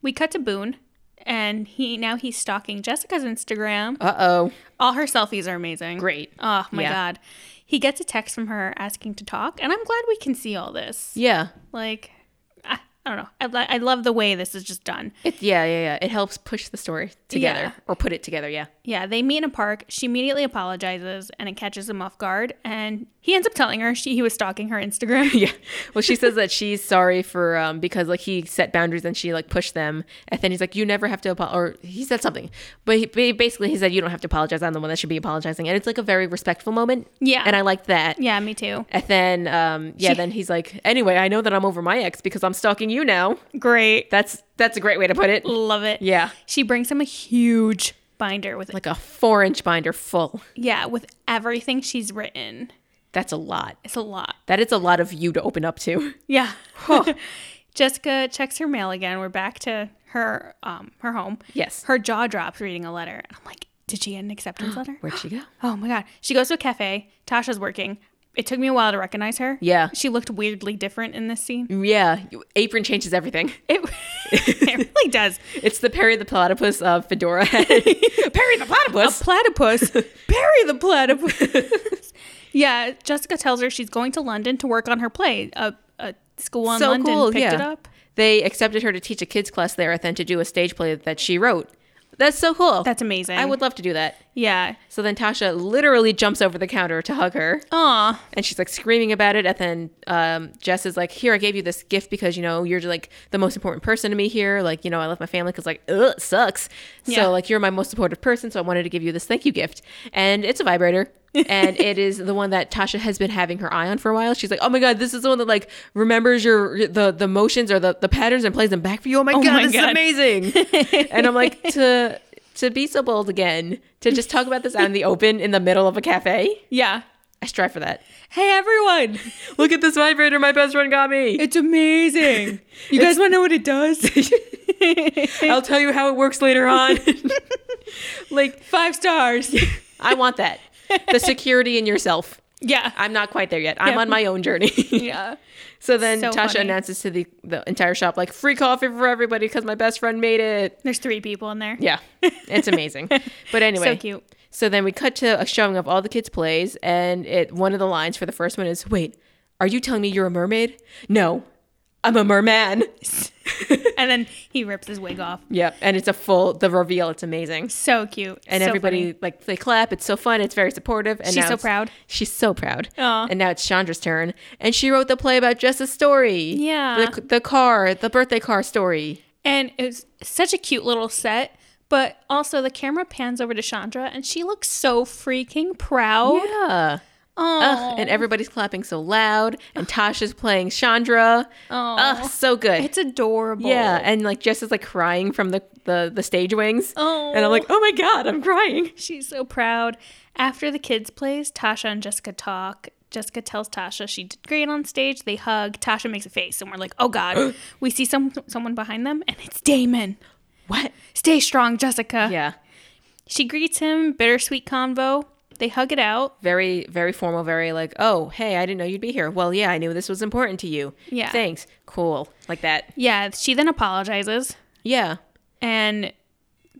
we cut to Boone, and he now he's stalking Jessica's Instagram. Uh oh. All her selfies are amazing. Great. Oh my Yeah. god. He gets a text from her asking to talk, and I'm glad we can see all this. Yeah. Like, I, I don't know. I, li- I love the way this is just done. It, yeah, yeah, yeah. It helps push the story together Yeah. or put it together. Yeah. Yeah, they meet in a park. She immediately apologizes, and it catches him off guard. And he ends up telling her she, he was stalking her Instagram. Yeah. Well, she says that she's sorry for um because like he set boundaries and she like pushed them, and then he's like, "You never have to apologize," or he said something, but he, ba- basically he said, "You don't have to apologize. I'm the one that should be apologizing," and it's like a very respectful moment. Yeah. And I like that. yeah, me too. And then, um, yeah, She- then he's like, "Anyway, I know that I'm over my ex because I'm stalking you now." Great. That's that's a great way to put it. love it. Yeah. She brings him a huge binder with Like a four inch binder full. yeah, with everything she's written. That's a lot. It's a lot. That is a lot of you to open up to. Yeah. Jessica checks her mail again. We're back to her um her home. Yes. Her jaw drops reading a letter. And I'm like, did she get an acceptance letter? Where'd she go? Oh my god. She goes to a cafe. Tasha's working. It took me a while to recognize her. Yeah. She looked weirdly different in this scene. Yeah, you- apron changes everything. It, it really does. It's the Perry the Platypus uh, fedora. Perry the Platypus. Platypus. Bury the platypus. yeah, Jessica tells her she's going to London to work on her play. A, a school in London picked it up. They accepted her to teach a kids class there, and then to do a stage play that she wrote. That's so cool. That's amazing. I would love to do that. Yeah. So then Tasha literally jumps over the counter to hug her, Aw. and she's like screaming about it. And then um, Jess is like, "Here, I gave you this gift because you know you're like the most important person to me here. Like, you know, I left my family because like, ugh, it sucks. Yeah. So like, you're my most supportive person. So I wanted to give you this thank you gift, and it's a vibrator." and it is the one that Tasha has been having her eye on for a while. She's like, "Oh my god, this is the one that like remembers your the the motions or the, the patterns and plays them back for you. Oh my god, my this God. is amazing!" and I'm like, "To to be so bold again, to just talk about this out in the open in the middle of a cafe, Yeah. I strive for that." Hey, everyone. Look at this vibrator my best friend got me. It's amazing. You guys want to know what it does? I'll tell you how it works later on. like, Five stars. I want that. The security in yourself. yeah. I'm not quite there yet. I'm Yeah. on my own journey. Yeah. so then So Tasha funny. announces to the, the entire shop, like, free coffee for everybody because my best friend made it. There's three people in there. Yeah, it's amazing. but anyway, So cute. So then we cut to a showing of all the kids' plays, and it one of the lines for the first one is, "Wait, are you telling me you're a mermaid? No, I'm a merman." And then he rips his wig off. Yep, and it's a full the reveal. It's amazing, So cute. and So everybody funny. like they clap. It's so fun. It's very supportive. And She's now so it's- proud. She's so proud. Aw. And now it's Chandra's turn, and she wrote the play about Jess's story. Yeah. the, the car, the birthday car story. And it was such a cute little set. But also, the camera pans over to Chandra, and she looks so freaking proud. Yeah. Oh, Ugh, and everybody's clapping so loud, and Tasha's playing Chandra. Aw. Ugh, so good. it's adorable. yeah, and like Jess is like crying from the the, the stage wings. Oh. and I'm like, oh my god, I'm crying. She's so proud. After the kids plays, Tasha and Jessica talk. Jessica tells Tasha she did great on stage. They hug. Tasha makes a face, and we're like, "Oh God!" we see some someone behind them, and it's Damon. What? Stay strong, Jessica. Yeah, She greets him. Bittersweet convo. They hug it out. very very formal, very like, oh hey, I didn't know you'd be here. Well, yeah, I knew this was important to you. Yeah. thanks. Cool, like that. Yeah. She then apologizes, Yeah, and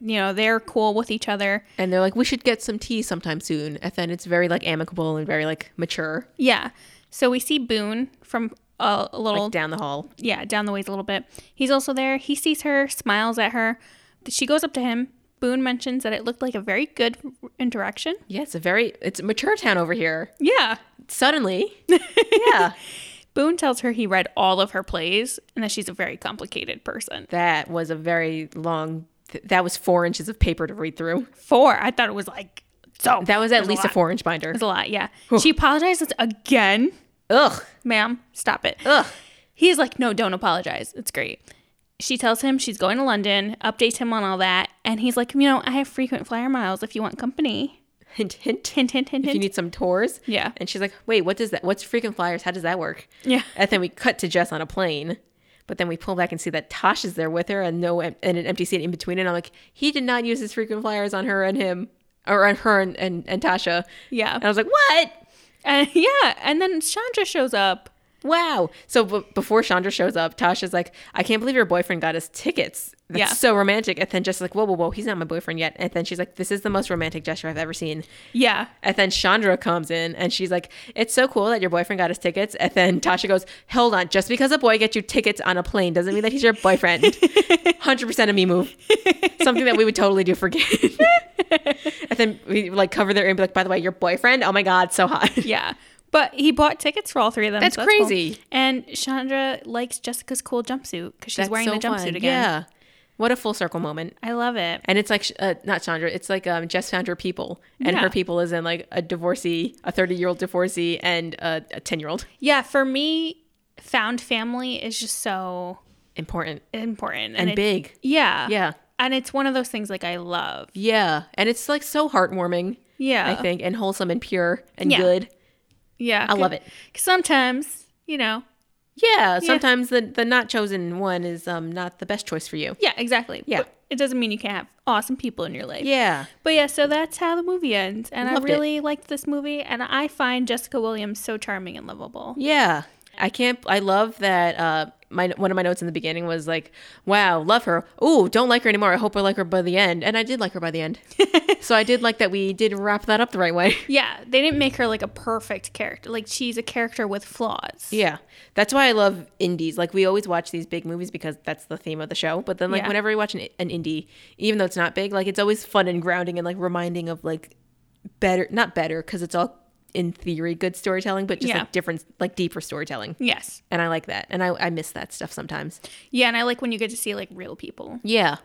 you know they're cool with each other. And they're like, we should get some tea sometime soon. And then it's very like amicable and very like mature, Yeah. So we see Boone from a, a little like down the hall. yeah, down the ways a little bit. He's also there. He sees her, smiles at her. She goes up to him. Boone mentions that it looked like a very good interaction. Yeah, it's a very it's a mature town over here. Yeah. Suddenly, yeah, Boone tells her he read all of her plays and that she's a very complicated person. that was a very long. Th- that was four inches of paper to read through. Four. I thought it was like so. That was There's at least a, lot. four inch binder. It was a lot. Yeah. She apologizes again. Ugh, Ma'am, stop it. ugh. He's like, no, don't apologize. It's great. She tells him she's going to London, updates him on all that, and he's like, you know, I have frequent flyer miles if you want company. Hint, hint. Hint, hint, hint, If hint. you need some tours, Yeah. And she's like, wait, what does that? What's freaking flyers? How does that work? yeah. And then we cut to Jess on a plane. But then we pull back and see that Tosh is there with her and no and an empty seat in between. And I'm like, he did not use his frequent flyers on her and him or on her and, and, and Tasha. Yeah. And I was like, what? And yeah. And then Chandra shows up. Wow. So b- before Chandra shows up, Tasha's like, I can't believe your boyfriend got us tickets. That's Yeah. so romantic. And then Jess is like, whoa, whoa, whoa, he's not my boyfriend yet. And then she's like, this is the most romantic gesture I've ever seen. Yeah. And then Chandra comes in and she's like, It's so cool that your boyfriend got us tickets. And then Tasha goes, Hold on, just because a boy gets you tickets on a plane doesn't mean that he's your boyfriend. 100% a me move. Something that we would totally do for gays. and then we like cover their ear and be like, By the way, your boyfriend? Oh my God, so hot. Yeah. But he bought tickets for all three of them. That's so cool. crazy. And Chandra likes Jessica's cool jumpsuit because she's That's wearing so the jumpsuit fun. again. Yeah. What a full circle moment. I love it. And it's like, sh- uh, not Chandra, it's like um, Jess found her people. And Yeah. her people is in like a divorcee, a 30 year old divorcee, and a 10 year old. Yeah. For me, found family is just so Important important and it- big. Yeah. Yeah. And it's one of those things like I love. Yeah, and it's like so heartwarming, Yeah. I think, and wholesome and pure and Yeah. good. Yeah. I love it. 'Cause sometimes, you know, Yeah, sometimes the the not chosen one is um not the best choice for you. yeah, exactly. Yeah. But it doesn't mean you can't have awesome people in your life. Yeah. But yeah, so that's how the movie ends. And I Loved it. really liked this movie. And I find Jessica Williams so charming and lovable. Yeah. I can't I love that uh my one of my notes in the beginning was like, "Wow, love her. Ooh, don't like her anymore. I hope I like her by the end." And I did like her by the end. so I did like that we did wrap that up the right way. Yeah, they didn't make her like a perfect character. Like she's a character with flaws. Yeah. That's why I love indies. Like we always watch these big movies because that's the theme of the show. But then like Yeah. whenever we watch an, an indie, even though it's not big, like it's always fun and grounding and like reminding of like better, not better because it's all in theory good storytelling, but just Yeah. like different, like deeper storytelling. Yes. And I like that. And I, I miss that stuff sometimes. Yeah, and I like when you get to see like real people Yeah.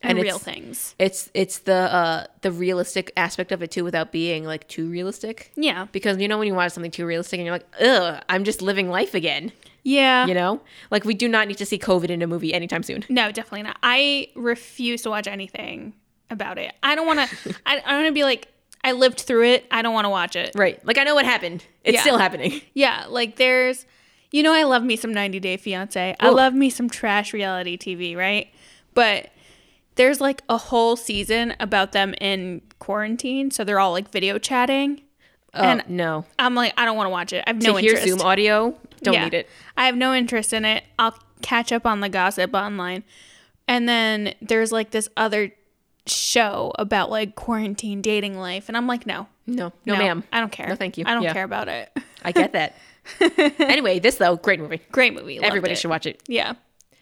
and, And real it's- things. It's it's the uh the realistic aspect of it too without being like too realistic. Yeah. Because you know when you watch something too realistic and you're like, ugh, I'm just living life again. Yeah. You know, like we do not need to see COVID in a movie anytime soon. No, definitely not. I refuse to watch anything about it. I don't want to. I, I want to be like, I lived through it. I don't want to watch it. Right. Like I know what happened. It's Yeah. still happening. Yeah, like there's, you know, I love me some 90 Day Fiance. I Ugh. love me some trash reality TV, right? But there's like a whole season about them in quarantine, so they're all like video chatting. Oh, And- no. I'm like, I don't want to watch it. I have To no hear interest. Zoom audio, don't Yeah. need it. I have no interest in it. I'll catch up on the gossip online. And then there's like this other show about like quarantine dating life, and I'm like, no, No, no, ma'am. I don't care. No, thank you. I don't Yeah. care about it. I get that. anyway, this though, great movie. Great movie. Loved Everybody it. should watch it. Yeah.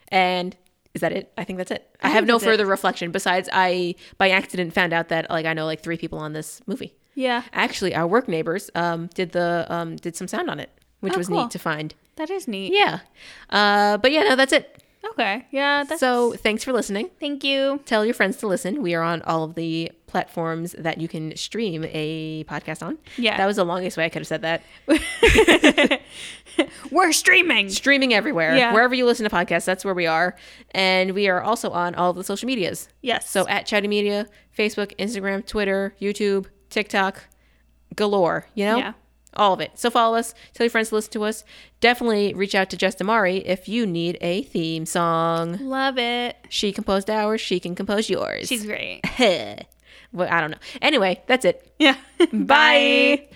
And is that it? I think that's it. I, have think no that's it. further reflection besides I by accident found out that like I know like three people on this movie. Yeah. Actually, our work neighbors um did the um did some sound on it, which Oh, was cool. neat to find. That is neat. Yeah. Uh but yeah, no, that's it. Okay. Yeah. That's, So, thanks for listening. thank you. tell your friends to listen. We are on all of the platforms that you can stream a podcast on. Yeah. That was the longest way I could have said that. We're streaming. Streaming everywhere. Yeah. Wherever you listen to podcasts, that's where we are. And we are also on all of the social medias. Yes. So at Chatty Media, Facebook, Instagram, Twitter, YouTube, TikTok, galore, you know? Yeah. All of it. So follow us. Tell your friends to listen to us. Definitely reach out to Jess Damari if you need a theme song. love it. She composed ours. She can compose yours. She's great. well, I don't know. Anyway, that's it. Yeah. Bye.